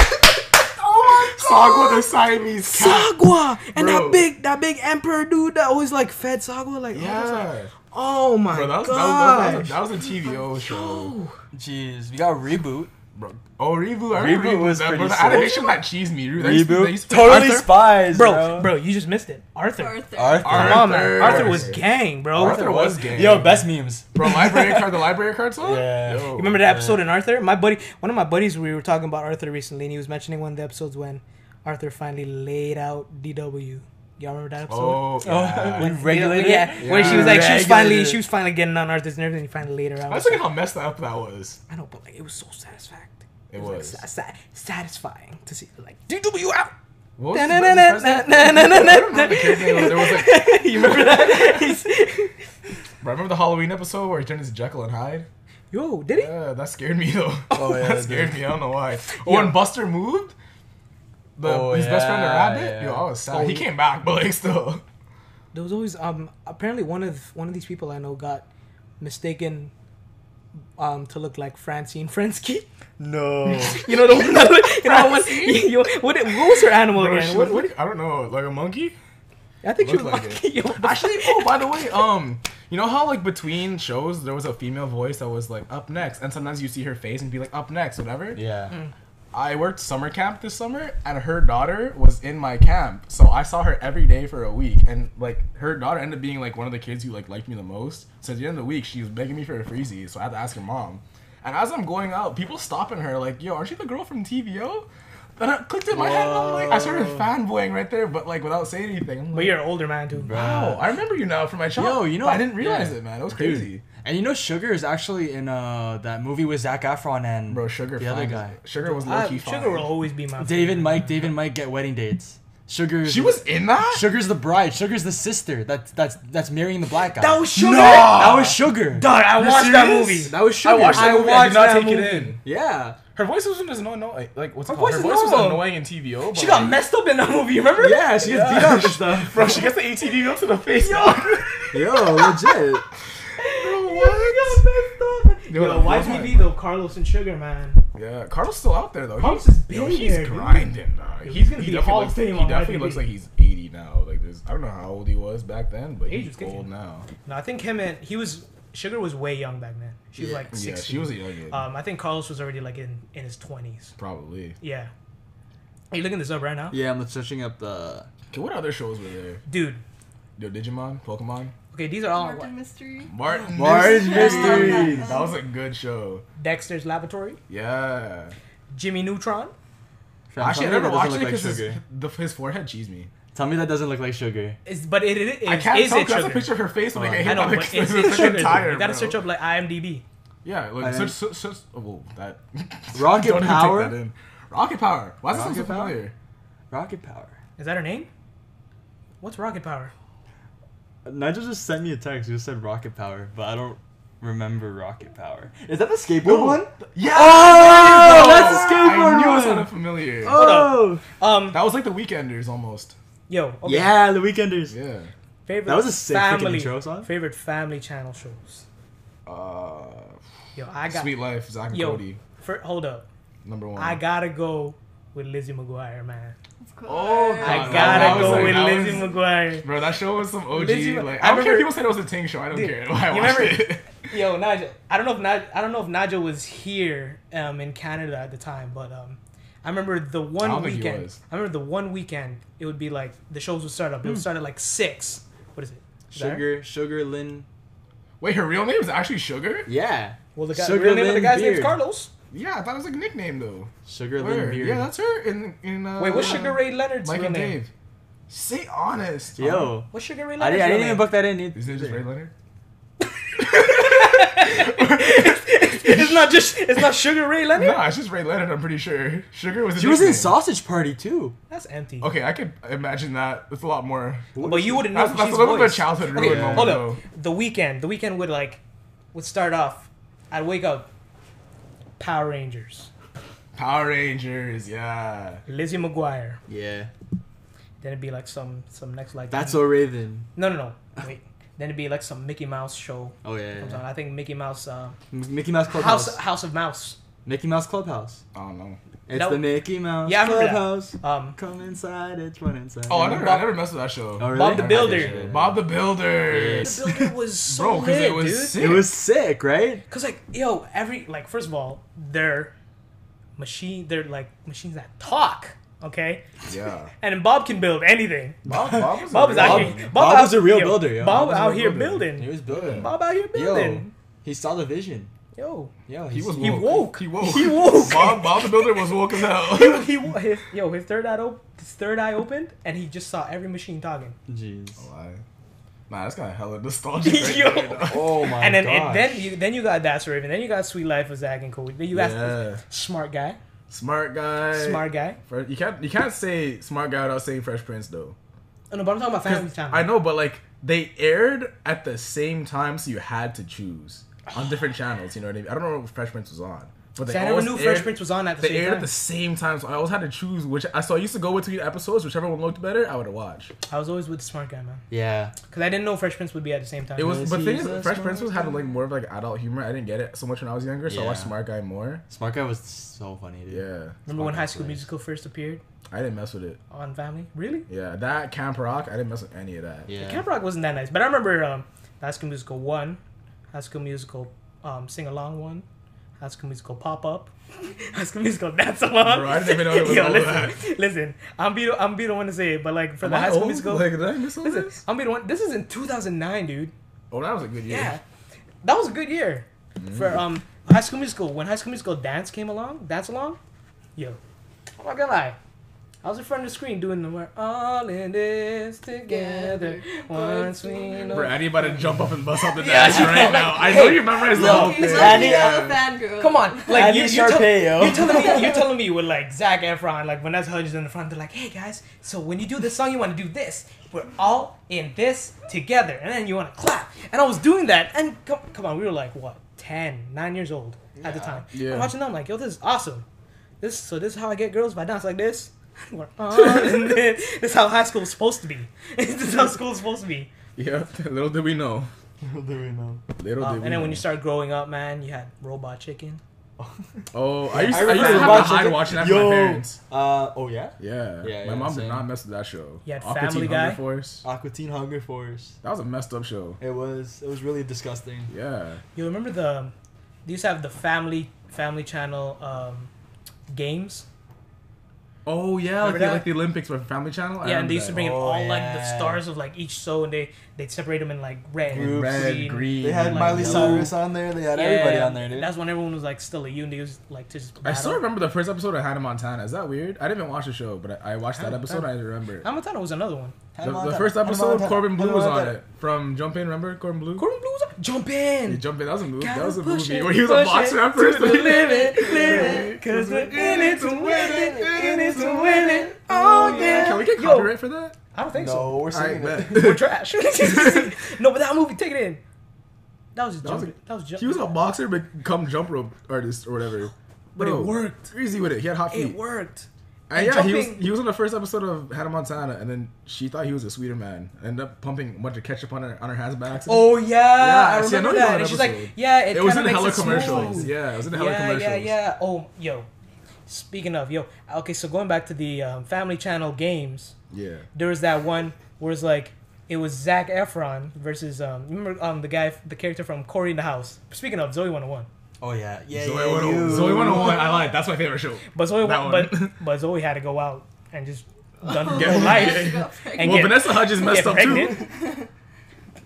Speaker 1: oh Sagwa the Siamese cat.
Speaker 2: Sagwa and
Speaker 1: Bro.
Speaker 2: that big that big emperor dude that always like fed Sagwa like
Speaker 1: Yeah.
Speaker 2: oh my
Speaker 1: Bro, that was, that, was, that,
Speaker 2: god.
Speaker 1: was, that was a TVO show.
Speaker 4: Jeez, we got reboot.
Speaker 1: Bro. Oh, Reboot. I remember
Speaker 4: Reboot
Speaker 1: Reboot
Speaker 4: was
Speaker 1: was that, bro,
Speaker 4: pretty
Speaker 1: the
Speaker 4: sick.
Speaker 1: animation that cheesed me. Reboot. that used to- that
Speaker 4: Reboot.
Speaker 1: used to-
Speaker 4: Totally
Speaker 2: Arthur?
Speaker 4: spies, bro.
Speaker 2: bro, bro, you just missed it. Arthur.
Speaker 3: Arthur.
Speaker 4: Arthur.
Speaker 2: Come on, man.
Speaker 1: Arthur.
Speaker 2: Arthur was gang, bro.
Speaker 1: Arthur was gay.
Speaker 4: Yo, best memes.
Speaker 1: Bro, library card, the library card song?
Speaker 4: Yeah.
Speaker 1: Yo.
Speaker 2: You remember that episode in Arthur? My buddy, one of my buddies, we were talking about Arthur recently, and he was mentioning one of the episodes when Arthur finally laid out DW. Y'all remember that episode?
Speaker 1: Oh,
Speaker 4: we
Speaker 1: yeah.
Speaker 4: regulated.
Speaker 2: Yeah,
Speaker 4: it?
Speaker 2: where she was like, she was
Speaker 4: Regulated
Speaker 2: finally,
Speaker 4: it.
Speaker 2: she was finally getting on Arthur's nerves, and he finally laid her out.
Speaker 1: I was thinking how messed up that was.
Speaker 2: I know, but like, it was so satisfying.
Speaker 1: It
Speaker 2: like,
Speaker 1: was.
Speaker 2: sa- sa- satisfying to see, like, DW out.
Speaker 1: What was the
Speaker 2: Na-na-na-na-na-na-na-na.
Speaker 1: kid's name? There was like,
Speaker 2: you remember that? He's-
Speaker 1: bro, remember the Halloween episode where he turned into Jekyll and Hyde?
Speaker 2: Yo, did he?
Speaker 1: Yeah, that scared me though.
Speaker 4: Oh, yeah,
Speaker 1: that
Speaker 4: it
Speaker 1: scared
Speaker 4: did.
Speaker 1: me. I don't know why. Oh, when Buster moved, the,
Speaker 4: Oh,
Speaker 1: his best friend the
Speaker 4: yeah,
Speaker 1: rabbit.
Speaker 4: yeah.
Speaker 1: Yo, I was sad.
Speaker 2: Oh,
Speaker 1: he
Speaker 2: yeah.
Speaker 1: came back, but like still.
Speaker 2: There was always um apparently one of one of these people I know got mistaken um to look like Francine Frensky.
Speaker 4: No.
Speaker 2: You know the one that you know what, you, what what was her animal
Speaker 1: Bro,
Speaker 2: again?
Speaker 1: she
Speaker 2: What,
Speaker 1: looked like- I don't know, like a monkey.
Speaker 2: I think she was
Speaker 1: looked like
Speaker 2: monkey. Yo, the-
Speaker 1: Actually, oh, by the way, um, you know how like between shows there was a female voice that was like up next, and sometimes you see her face and be like up next, whatever.
Speaker 2: Mm.
Speaker 4: Yeah.
Speaker 1: I worked summer camp this summer, and her daughter was in my camp, so I saw her every day for a week. And like, her daughter ended up being like one of the kids who like liked me the most. So at the end of the week, she was begging me for a freezie, so I had to ask her mom. And as I'm going out, people stopping her like, "Yo, aren't you the girl from TVO?" Then I clicked in my head, and I'm like, I started fanboying right there, but like without saying anything. I'm
Speaker 2: but
Speaker 1: like,
Speaker 2: you're an older man too.
Speaker 1: Wow, I remember you now from my childhood.
Speaker 4: Yo, you know
Speaker 1: but I didn't realize
Speaker 4: yeah.
Speaker 1: it, man. It was
Speaker 4: Dude.
Speaker 1: crazy.
Speaker 4: And you know, Sugar is actually in uh that movie with Zach Efron and
Speaker 1: Bro, Sugar.
Speaker 4: the other
Speaker 1: fine.
Speaker 4: guy.
Speaker 1: Sugar was
Speaker 2: I,
Speaker 1: low key
Speaker 2: Uh, sugar will always be my
Speaker 4: Dave and Mike. Dave and Mike get wedding dates. Sugar.
Speaker 1: She was in that.
Speaker 4: Sugar's the bride. Sugar's the sister. That's that's that's marrying the black guy.
Speaker 2: That was sugar.
Speaker 1: No!
Speaker 4: That was Sugar.
Speaker 2: Dog, I watched that
Speaker 1: serious?
Speaker 2: movie.
Speaker 4: That was
Speaker 1: I
Speaker 4: Sugar.
Speaker 1: watched that
Speaker 2: I
Speaker 1: movie. I
Speaker 2: watched
Speaker 1: did not
Speaker 2: that
Speaker 1: take
Speaker 2: movie.
Speaker 1: it in.
Speaker 4: Yeah.
Speaker 1: Her voice wasn't as annoying. Like what's it
Speaker 2: Her
Speaker 1: called?
Speaker 2: voice
Speaker 1: Her
Speaker 2: is
Speaker 1: voice was
Speaker 2: normal.
Speaker 1: annoying in TVO. But
Speaker 2: She got
Speaker 1: like-
Speaker 2: messed up in that movie. You remember?
Speaker 4: Yeah, she gets beat up and stuff.
Speaker 1: bro. She gets the ATV up to the face. Yo,
Speaker 4: Yo, Oh, legit.
Speaker 1: what? Yo,
Speaker 2: Yo, YTV though, Carlos and Sugar, man.
Speaker 1: Yeah, Carlos still out there though.
Speaker 2: Carlos
Speaker 1: He's-
Speaker 2: is
Speaker 1: yo,
Speaker 2: big
Speaker 1: He's
Speaker 2: here, dude.
Speaker 1: grinding. dog.
Speaker 2: he's
Speaker 1: He's
Speaker 2: gonna
Speaker 1: he
Speaker 2: be
Speaker 1: definitely
Speaker 2: Hall of
Speaker 1: looks-
Speaker 2: Fame
Speaker 1: He
Speaker 2: on
Speaker 1: definitely
Speaker 2: IMDb.
Speaker 1: looks like he's 80 now. Like this, I don't know how old he was back then, but
Speaker 2: Age
Speaker 1: he's
Speaker 2: was good.
Speaker 1: old now.
Speaker 2: No, I think him and he was Sugar was way young back then. She was
Speaker 4: Yeah.
Speaker 2: like
Speaker 1: Yeah,
Speaker 2: sixteen.
Speaker 1: she was a young kid.
Speaker 2: Um, I think Carlos was already like in in his twenties.
Speaker 1: Probably.
Speaker 2: Yeah. Are you looking this up right now,
Speaker 4: Yeah, I'm searching up the.
Speaker 1: Okay, what other shows were there?
Speaker 2: dude?
Speaker 1: Yo, Digimon, Pokemon,
Speaker 2: Okay, these are all
Speaker 3: Murder
Speaker 2: what?
Speaker 3: mystery.
Speaker 1: Martin,
Speaker 4: Martin
Speaker 3: Mysteries.
Speaker 1: That was a good show.
Speaker 2: Dexter's Laboratory,
Speaker 1: Yeah.
Speaker 2: Jimmy Neutron.
Speaker 1: Actually, I never watched it because his,
Speaker 4: sugar.
Speaker 1: the- his forehead cheesed me.
Speaker 4: Tell me that doesn't look like sugar.
Speaker 2: Is but it, it, it
Speaker 1: I can't
Speaker 2: is
Speaker 1: tell
Speaker 2: it
Speaker 1: because
Speaker 2: sugar? Oh,
Speaker 1: that's a picture of her face when I get
Speaker 2: I
Speaker 1: hit
Speaker 2: know,
Speaker 1: by the
Speaker 2: but it's,
Speaker 1: the
Speaker 2: it's sugar. though.
Speaker 1: tire,
Speaker 2: you gotta
Speaker 1: bro.
Speaker 2: search up like IMDb.
Speaker 1: Yeah, like
Speaker 4: And
Speaker 1: search,
Speaker 4: then-
Speaker 1: search, search. Oh, whoa, that.
Speaker 4: Rocket
Speaker 1: Don't even take
Speaker 4: Power?
Speaker 1: that in. Rocket power. Why does it sound so
Speaker 4: Rocket Power?
Speaker 1: familiar?
Speaker 4: Rocket power.
Speaker 2: Is that her name? What's Rocket Power?
Speaker 4: Nigel just sent me a text. You said rocket power, but I don't remember rocket power. Is that the skateboard one?
Speaker 1: Yeah.
Speaker 4: Oh,
Speaker 1: I knew it sounded
Speaker 4: one.
Speaker 1: familiar.
Speaker 4: Oh,
Speaker 2: Um,
Speaker 1: That was like the Weekenders almost.
Speaker 2: yo. Okay.
Speaker 4: yeah, The Weekenders.
Speaker 1: Yeah.
Speaker 2: Favorite
Speaker 4: That was a sick freaking
Speaker 2: family
Speaker 4: intro song.
Speaker 2: favorite family channel shows.
Speaker 1: Uh,
Speaker 2: Yo, I got
Speaker 1: Sweet Life, Zach and
Speaker 2: yo.
Speaker 1: Cody,
Speaker 2: fir- hold up.
Speaker 1: number one.
Speaker 2: I gotta go with Lizzie McGuire, man.
Speaker 3: Of course.
Speaker 1: Oh,
Speaker 2: I
Speaker 1: God, that
Speaker 2: gotta
Speaker 1: was
Speaker 2: go
Speaker 1: like-
Speaker 2: with
Speaker 1: that
Speaker 2: Lizzie
Speaker 1: was-
Speaker 2: McGuire.
Speaker 1: Bro, that show was some OG.
Speaker 2: Lizzie-
Speaker 1: like
Speaker 2: I
Speaker 1: I, don't care
Speaker 2: remember-
Speaker 1: if people said it was a Ting show. I don't
Speaker 2: Dude,
Speaker 1: care. I
Speaker 2: you
Speaker 1: watched
Speaker 2: remember-
Speaker 1: it.
Speaker 2: Yo, Nigel, I don't know if Nigel, I don't know if Nigel was here um, in Canada at the time, but um, I remember the one
Speaker 1: don't think he
Speaker 2: weekend.
Speaker 1: was.
Speaker 2: I remember the one weekend. It would be
Speaker 1: Hmm.
Speaker 2: like the shows would start up. It would start at like six. What is it? Is that right?
Speaker 4: Sugar, Sugar, Lynn.
Speaker 1: Wait, her real name is actually Sugar?
Speaker 4: Yeah.
Speaker 2: Well, the guy,
Speaker 4: Sugar
Speaker 2: real name of the
Speaker 4: Lynn
Speaker 2: guy's name is
Speaker 4: Beard.
Speaker 2: Carlos.
Speaker 1: Yeah, I thought it was like a nickname though.
Speaker 4: Sugar Lynn
Speaker 1: Word.
Speaker 4: Beard.
Speaker 1: Yeah, that's her in in uh,
Speaker 2: Wait, what's Sugar Ray Leonard's
Speaker 1: Mike
Speaker 2: real
Speaker 1: and
Speaker 2: name?
Speaker 1: Dave. Say honest. Oh.
Speaker 4: Yo.
Speaker 2: What's Sugar Ray
Speaker 4: I,
Speaker 2: Leonard's
Speaker 4: didn't, I
Speaker 2: real
Speaker 4: didn't even
Speaker 2: name?
Speaker 4: book that in. either.
Speaker 1: Is it just Ray Leonard?
Speaker 2: it's not just. It's not Sugar Ray Leonard.
Speaker 1: No, it's just Ray Leonard. I'm pretty sure. Sugar was. a
Speaker 4: She was in
Speaker 1: nickname.
Speaker 4: Sausage Party too.
Speaker 2: That's empty.
Speaker 1: Okay, I could imagine that. It's a lot more.
Speaker 2: But you wouldn't know.
Speaker 1: That's,
Speaker 2: if
Speaker 1: that's
Speaker 2: she's
Speaker 1: a little bit of
Speaker 2: voice.
Speaker 1: childhood
Speaker 2: Okay,
Speaker 1: ruin
Speaker 4: Yeah.
Speaker 1: moment
Speaker 2: Hold
Speaker 1: though.
Speaker 2: up. The weekend. The weekend would like would start off. I'd wake up. Power Rangers.
Speaker 1: Power Rangers, yeah.
Speaker 2: Lizzie McGuire.
Speaker 4: Yeah.
Speaker 2: Then it'd be like some some next like
Speaker 4: That's O Raven.
Speaker 2: no no no wait. Then it'd be like some Mickey Mouse show.
Speaker 4: Oh yeah. yeah,
Speaker 2: comes on.
Speaker 4: yeah.
Speaker 2: I think Mickey Mouse uh,
Speaker 4: M- Mickey Mouse Clubhouse.
Speaker 2: House House of Mouse.
Speaker 4: Mickey Mouse Clubhouse.
Speaker 1: I don't know.
Speaker 4: It's
Speaker 2: That-
Speaker 4: the Mickey Mouse
Speaker 2: Yeah, I remember that.
Speaker 4: Clubhouse.
Speaker 2: Um,
Speaker 4: Come inside, it's one inside.
Speaker 1: Oh, I never, I
Speaker 2: Bob-
Speaker 1: never messed with that show.
Speaker 4: Oh, really?
Speaker 2: Bob the
Speaker 4: Okay,
Speaker 2: Builder.
Speaker 4: sure.
Speaker 1: Bob the Builder.
Speaker 4: Yes.
Speaker 2: the builder was so
Speaker 1: Bro, because
Speaker 2: lit,
Speaker 1: it was
Speaker 2: dude.
Speaker 1: sick.
Speaker 4: It was sick, right?
Speaker 2: Cause like yo, every like first of all, they're machine. They're like machines that talk. Okay,
Speaker 1: Yeah.
Speaker 2: and then Bob can build anything.
Speaker 1: Bob, Bob was, a
Speaker 2: Bob was
Speaker 1: real
Speaker 2: out
Speaker 4: Bob-
Speaker 2: here.
Speaker 1: one.
Speaker 2: Bob,
Speaker 4: Bob
Speaker 2: out-
Speaker 4: was a real
Speaker 2: yo,
Speaker 4: builder, yo.
Speaker 2: Bob,
Speaker 4: Bob was a
Speaker 2: out
Speaker 4: real
Speaker 2: here
Speaker 4: builder.
Speaker 2: building.
Speaker 4: He was building.
Speaker 2: Bob out here
Speaker 4: Yo,
Speaker 2: building.
Speaker 4: he saw the vision.
Speaker 2: Yo,
Speaker 4: Yo,
Speaker 1: He was
Speaker 2: he
Speaker 1: woke.
Speaker 2: woke.
Speaker 1: He woke.
Speaker 2: He woke.
Speaker 1: Bob, Bob the Builder was woke as
Speaker 2: he,
Speaker 1: hell.
Speaker 2: he his, yo his third eye op- his third eye opened and he just saw every machine talking.
Speaker 4: Jeez.
Speaker 1: Why? Nah, that's kind of hella nostalgic. Right
Speaker 2: Yo.
Speaker 1: there, though.
Speaker 4: Oh my
Speaker 2: and then
Speaker 4: gosh.
Speaker 2: and then you then you got that's Raven. Then you got Sweet Life of Zack and Cody. Then you got
Speaker 1: Yeah.
Speaker 2: smart guy,
Speaker 1: Smart guy.
Speaker 2: smart guy.
Speaker 1: Fre- You can't you can't say smart guy without saying Fresh Prince though.
Speaker 2: Oh, no, but I'm talking about
Speaker 1: 'Cause
Speaker 2: Family Time.
Speaker 1: I know, but like they aired at the same time, so you had to choose on different channels. You know what I mean? I don't know what Fresh Prince was on, but they
Speaker 2: See, I never
Speaker 1: always
Speaker 2: knew
Speaker 1: aired,
Speaker 2: Fresh Prince was on at the
Speaker 1: They
Speaker 2: same
Speaker 1: aired
Speaker 2: time.
Speaker 1: at the same time, so I always had to choose which. I so I used to go between episodes, whichever one looked better, I would watch.
Speaker 2: I was always with the smart guy, man.
Speaker 4: yeah.
Speaker 2: Because I didn't know Fresh Prince would be at the same time.
Speaker 1: It was,
Speaker 4: Yes,
Speaker 1: but the thing
Speaker 4: he's
Speaker 1: is,
Speaker 4: a
Speaker 1: Fresh Prince
Speaker 4: smart
Speaker 1: was having
Speaker 4: guy.
Speaker 1: like more of like adult humor. I didn't get it so much when I was younger, so I watched
Speaker 4: Yeah.
Speaker 1: Smart Guy more.
Speaker 4: Smart guy was so funny, dude.
Speaker 1: Yeah,
Speaker 2: Remember when
Speaker 4: Fucking
Speaker 2: High School
Speaker 4: place.
Speaker 2: Musical first appeared
Speaker 1: I didn't mess with it.
Speaker 2: on Family? Really?
Speaker 1: Yeah, that Camp Rock, I didn't mess with any of that.
Speaker 4: Yeah.
Speaker 2: Camp Rock wasn't that nice, but I remember um, High School Musical one, High School Musical um, sing along one. High School Musical pop up, High School Musical dance along.
Speaker 1: Bro, I didn't even know there was
Speaker 2: Yo,
Speaker 1: all
Speaker 2: listen,
Speaker 1: that.
Speaker 2: listen. I'm be the, I'm be the one to say it, but like for
Speaker 1: Am
Speaker 2: the
Speaker 1: I
Speaker 2: High School
Speaker 1: old?
Speaker 2: Musical,
Speaker 1: Like, did I miss all
Speaker 2: listen,
Speaker 1: this?
Speaker 2: I'm be the one. This is in 2009, dude.
Speaker 1: Oh, that was a good year. Mm.
Speaker 2: Yeah, that was a good year for um High School Musical. When High School Musical dance came along, dance along, yo, I'm not gonna lie. I was in front of the screen doing the "We're all in this together." Once we know.
Speaker 1: Bro, Addy about to jump up and bust out the
Speaker 2: Yeah,
Speaker 1: dance
Speaker 2: you
Speaker 1: right
Speaker 2: know,
Speaker 1: now. I
Speaker 2: like,
Speaker 1: know
Speaker 2: hey,
Speaker 1: you memorize the
Speaker 2: look,
Speaker 1: whole
Speaker 3: He's
Speaker 1: thing.
Speaker 3: like the
Speaker 1: Yeah.
Speaker 3: other fangirl.
Speaker 2: Come on,
Speaker 4: I
Speaker 2: like you,
Speaker 4: need
Speaker 2: you're, tell-
Speaker 4: Sharpay, yo.
Speaker 2: you're telling me, you're telling me with like Zach Efron, like when that's Hudgens in the front, they're like, "Hey guys, so when you do this song, you want to do this. We're all in this together, and then you want to clap." And I was doing that, and come, come on, we were like what 10, 9 years old at the time.
Speaker 1: Yeah.
Speaker 2: I'm watching them, I'm like, "Yo, this is awesome. This so this is how I get girls by dance like this." We're on in this. This is how high school is supposed to be. this is how school is supposed to be.
Speaker 1: Yeah, little did we know.
Speaker 4: there we know.
Speaker 1: Little
Speaker 2: Um,
Speaker 1: did we
Speaker 2: and then when
Speaker 1: know.
Speaker 2: you start growing up, man, you had Robot Chicken.
Speaker 1: Oh, I used,
Speaker 4: I
Speaker 1: I used to
Speaker 4: remember
Speaker 1: have to
Speaker 4: watching
Speaker 1: hide
Speaker 4: it.
Speaker 1: watching that
Speaker 4: Yo.
Speaker 1: with my parents.
Speaker 4: Uh oh yeah.
Speaker 1: Yeah.
Speaker 4: Yeah,
Speaker 1: my
Speaker 4: yeah,
Speaker 1: mom
Speaker 4: same.
Speaker 1: did not mess with that show.
Speaker 2: You had
Speaker 1: Aqua
Speaker 2: Family
Speaker 1: Teen
Speaker 2: Guy.
Speaker 1: Hunger Force.
Speaker 4: Aqua Teen Hunger Force.
Speaker 1: That was a messed up show.
Speaker 4: It was it was really disgusting.
Speaker 1: Yeah.
Speaker 2: You remember the they used to have the family family channel um, games?
Speaker 1: Oh yeah,
Speaker 2: Remember
Speaker 1: like the,
Speaker 2: that?
Speaker 1: like the Olympics with Family Channel. I
Speaker 2: yeah,
Speaker 1: remember
Speaker 2: and they used to
Speaker 1: that.
Speaker 2: bring in
Speaker 4: Oh,
Speaker 2: all like the
Speaker 4: yeah.
Speaker 2: stars of like each show, and they they'd separate them in like red,
Speaker 1: And
Speaker 4: Groups.
Speaker 1: red, Oh, green.
Speaker 4: They had
Speaker 2: Like
Speaker 4: Miley
Speaker 2: blue.
Speaker 4: Cyrus on there. They had everybody on there, dude.
Speaker 2: That's when everyone was like still a unit. They was like to just.
Speaker 1: I still
Speaker 2: battle.
Speaker 1: remember the first episode of Hannah Montana. Is that weird? I didn't even watch the show, but I, I watched that
Speaker 2: Hannah
Speaker 1: episode. I
Speaker 2: Montana.
Speaker 1: remember.
Speaker 2: Hannah Montana was another one.
Speaker 4: Hannah
Speaker 1: The, the
Speaker 4: Montana.
Speaker 1: first
Speaker 4: Hannah
Speaker 1: episode,
Speaker 4: Montana.
Speaker 1: Corbin Blue
Speaker 4: Hannah
Speaker 1: was on
Speaker 4: Montana.
Speaker 1: it from Jump In. Remember Corbin Blue?
Speaker 2: Corbin Blue was jump
Speaker 1: He
Speaker 2: in.
Speaker 1: jumped in. That was a movie. That
Speaker 2: Gotta
Speaker 1: was a
Speaker 2: push
Speaker 1: movie
Speaker 2: it,
Speaker 1: where he was a
Speaker 2: push
Speaker 1: boxer at
Speaker 2: it to
Speaker 1: first.
Speaker 2: the limit, limit, 'cause we're in it to win it, in it to win it. Oh yeah.
Speaker 1: Can we get
Speaker 2: Yo,
Speaker 1: copyright for that?
Speaker 2: I don't think so.
Speaker 4: No, we're
Speaker 1: I
Speaker 4: singing
Speaker 1: bet.
Speaker 4: it.
Speaker 2: We're trash. no, but that movie, take it in. That was just
Speaker 1: That was
Speaker 2: jump. That was jump.
Speaker 1: He was a boxer, but come jump rope artist or whatever.
Speaker 2: But it
Speaker 1: Bro,
Speaker 2: worked.
Speaker 1: Easy with it. He had hot feet.
Speaker 2: It worked.
Speaker 1: And yeah,
Speaker 2: And
Speaker 1: he was
Speaker 2: jumping-
Speaker 1: he was on the first episode of Hannah Montana, and then she thought he was a sweeter man. Ended up pumping a bunch of ketchup on her on her hands by accident.
Speaker 2: Oh yeah, I
Speaker 1: I see, I
Speaker 2: remember
Speaker 1: know you
Speaker 2: that.
Speaker 1: know that
Speaker 2: And she's
Speaker 1: episode.
Speaker 2: like, yeah, it,
Speaker 1: it, was in
Speaker 2: kinda
Speaker 1: hella
Speaker 2: makes it
Speaker 1: commercials.
Speaker 2: smooth.
Speaker 1: Yeah, it was in hella
Speaker 2: yeah,
Speaker 1: commercials.
Speaker 2: yeah, yeah. Oh, yo. Speaking of yo, okay, so going back to the um, Family Channel games,
Speaker 1: Yeah.
Speaker 2: there was that one where it's like it was Zach Efron versus um, remember um the guy, the character from Corey in the House. Speaking of Zoe 101,
Speaker 4: Oh yeah, yeah,
Speaker 1: Zoe
Speaker 4: yeah.
Speaker 1: 101.
Speaker 4: you.
Speaker 1: Zoe 101. I lied. That's my favorite show.
Speaker 2: but Zoe,
Speaker 1: That
Speaker 2: but
Speaker 1: one.
Speaker 2: but Zoe had to go out and just done her
Speaker 1: Yeah.
Speaker 2: whole life.
Speaker 3: She got
Speaker 2: And
Speaker 3: pregnant.
Speaker 1: well,
Speaker 2: get-
Speaker 1: Vanessa Hudgens messed
Speaker 2: get
Speaker 1: up too. Oh,
Speaker 2: pregnant.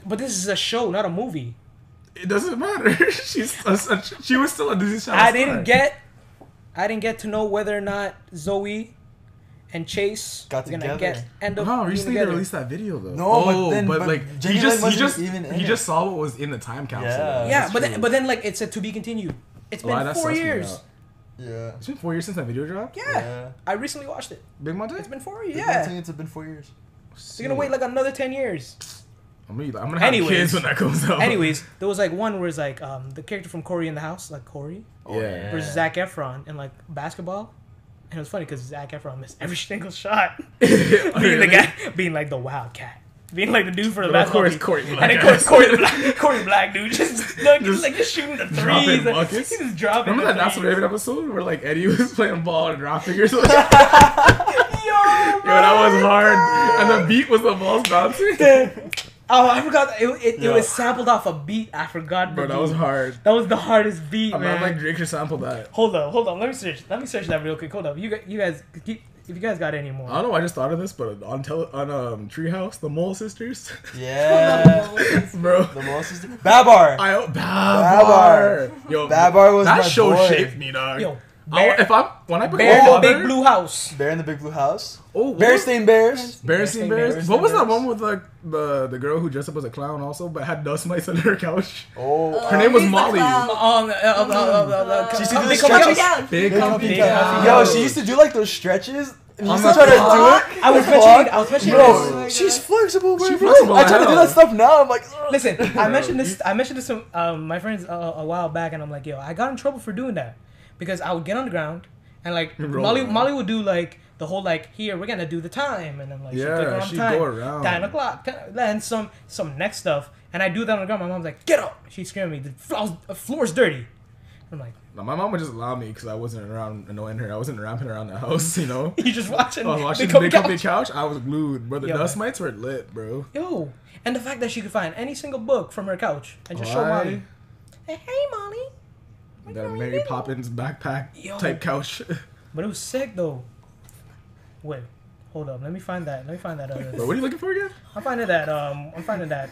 Speaker 2: but this is a show, not a movie.
Speaker 1: It doesn't matter. She's a, such- she was still a Disney Channel.
Speaker 2: I didn't
Speaker 1: star.
Speaker 2: get, I didn't get to know whether or not Zoe and Chase
Speaker 3: Got
Speaker 2: were gonna
Speaker 3: together.
Speaker 2: get end up
Speaker 1: No,
Speaker 2: being
Speaker 1: recently they
Speaker 2: together.
Speaker 1: released that video though.
Speaker 3: No, but then- but
Speaker 1: Oh, like he
Speaker 3: Genuine
Speaker 1: just he
Speaker 3: wasn't
Speaker 1: just
Speaker 3: even in
Speaker 1: he
Speaker 3: it.
Speaker 1: just saw what was in the time capsule.
Speaker 3: Yeah.
Speaker 2: Yeah,
Speaker 3: That's
Speaker 2: but then,
Speaker 3: true.
Speaker 2: but then like it said to be continued. It's been
Speaker 1: Wow, that
Speaker 2: four
Speaker 1: sucks me
Speaker 2: years.
Speaker 1: out.
Speaker 3: Yeah.
Speaker 1: It's been four years since that video dropped.
Speaker 2: Yeah.
Speaker 3: Yeah.
Speaker 2: I recently watched it.
Speaker 1: Big Monte.
Speaker 2: It's been four years.
Speaker 3: They've been saying
Speaker 2: Yeah,
Speaker 3: It's been four years.
Speaker 2: so you're gonna wait like another ten years.
Speaker 1: I'm gonna, I'm gonna have
Speaker 2: Anyways.
Speaker 1: kids when that comes out.
Speaker 2: Anyways, there was like one where it's like um the character from Corey in the House, like Corey
Speaker 1: Yeah.
Speaker 2: versus Zach Efron in like basketball, and it was funny because Zach Efron missed every single shot.
Speaker 1: Oh,
Speaker 2: being the guy, being like the wildcat, being like the dude for the
Speaker 1: But of
Speaker 2: basketball
Speaker 1: course,
Speaker 2: team.
Speaker 1: Corey Black.
Speaker 2: and then Corey, Corey Black, Corey Black, dude, just like just,
Speaker 1: Just
Speaker 2: like just shooting the
Speaker 1: dropping
Speaker 2: threes, like,
Speaker 1: buckets.
Speaker 2: he's just dropping.
Speaker 1: Remember that
Speaker 2: the
Speaker 1: Not So
Speaker 2: threes.
Speaker 1: Raven episode where like Eddie was playing ball and dropping or something? Yo, that was hard. And the beat was the balls bouncing.
Speaker 2: Oh, I forgot. It, it, it
Speaker 3: Yeah.
Speaker 2: was sampled off a beat. I forgot.
Speaker 1: Bro,
Speaker 2: the
Speaker 1: that was
Speaker 2: beat.
Speaker 1: hard.
Speaker 2: That was the hardest beat,
Speaker 1: I'm
Speaker 2: man.
Speaker 1: not like Drake should sample that.
Speaker 2: hold on, hold on. Let me search. Let me search that real quick. Hold up. You guys, you guys, keep, if you guys got any more.
Speaker 1: I don't know. why I just thought of this, but on tele- on um Treehouse, the Mole Sisters,
Speaker 3: Yeah.
Speaker 1: bro.
Speaker 3: the most is Babar.
Speaker 1: I Babar. Yo,
Speaker 3: Babar was
Speaker 1: that
Speaker 3: my
Speaker 1: show
Speaker 3: boy.
Speaker 1: shaped me, dog.
Speaker 2: Yo,
Speaker 1: I,
Speaker 2: Bear,
Speaker 1: if I'm when I
Speaker 2: Bear
Speaker 1: become a
Speaker 2: in the Big
Speaker 1: father-
Speaker 2: Blue House.
Speaker 3: Bear in the Big Blue House.
Speaker 1: oh, what was-
Speaker 3: Bearstein Bears.
Speaker 1: Berenstein
Speaker 2: Berenstein
Speaker 1: Bears.
Speaker 3: Bears.
Speaker 1: What was that
Speaker 3: Bears.
Speaker 1: one with like the the girl who dressed up as a clown also, but had dust mites under her couch?
Speaker 3: Oh.
Speaker 1: Her name was Molly.
Speaker 2: Um, uh, uh, uh, uh, uh,
Speaker 3: She used to
Speaker 2: come-
Speaker 3: do
Speaker 2: they
Speaker 3: the
Speaker 2: come out
Speaker 3: stretches.
Speaker 2: your-
Speaker 1: Big
Speaker 3: Big
Speaker 1: Comfy
Speaker 3: Comfy
Speaker 1: Cow.
Speaker 3: Cow. Yo, she used to do like those stretches. And you
Speaker 1: On
Speaker 3: used to
Speaker 1: the
Speaker 3: try to
Speaker 1: clock?
Speaker 3: do it.
Speaker 2: I was
Speaker 3: The
Speaker 2: mentioning.
Speaker 3: clock.
Speaker 2: I was mentioning.
Speaker 3: Bro,
Speaker 2: This.
Speaker 3: she's flexible, bro.
Speaker 1: flexible
Speaker 3: I try to
Speaker 1: as
Speaker 3: do
Speaker 1: hell.
Speaker 3: that stuff now. I'm like, ugh.
Speaker 2: Listen, I
Speaker 1: Bro,
Speaker 2: mentioned this. I mentioned this to um, my friends uh, a while back, and I'm like, yo, I got in trouble for doing that because I would get on the ground and like
Speaker 1: Roll
Speaker 2: Molly.
Speaker 1: around.
Speaker 2: Molly would do like the whole like here we're gonna do the time, and then like she'd
Speaker 1: Yeah,
Speaker 2: click around
Speaker 1: she'd
Speaker 2: time,
Speaker 1: go around.
Speaker 2: nine o'clock, 10, then some some next stuff, and I do that on the ground. My mom's like, get up. She's screaming at me. The floor's, the floor's dirty. I'm like,
Speaker 1: Now, my mom would just allow me because I wasn't around annoying her. I wasn't ramping around the house, you know.
Speaker 2: you just watching.
Speaker 1: I was Oh, watching
Speaker 2: Big
Speaker 1: Big
Speaker 2: Couple
Speaker 1: Comfy Couch. I was glued, bro. The
Speaker 2: Yo,
Speaker 1: dust mites were lit, bro.
Speaker 2: Yo, and the fact that she could find any single book from her couch and just show
Speaker 1: Why?
Speaker 2: Molly. Hey, hey, Molly.
Speaker 1: That Mary Poppins backpack
Speaker 2: Yo.
Speaker 1: type couch.
Speaker 2: But it was sick though. Wait, hold up. Let me find that. Let me find that.
Speaker 1: Bro,
Speaker 2: Other.
Speaker 1: what are you looking for again?
Speaker 2: I'm finding that. Um, I'm finding that.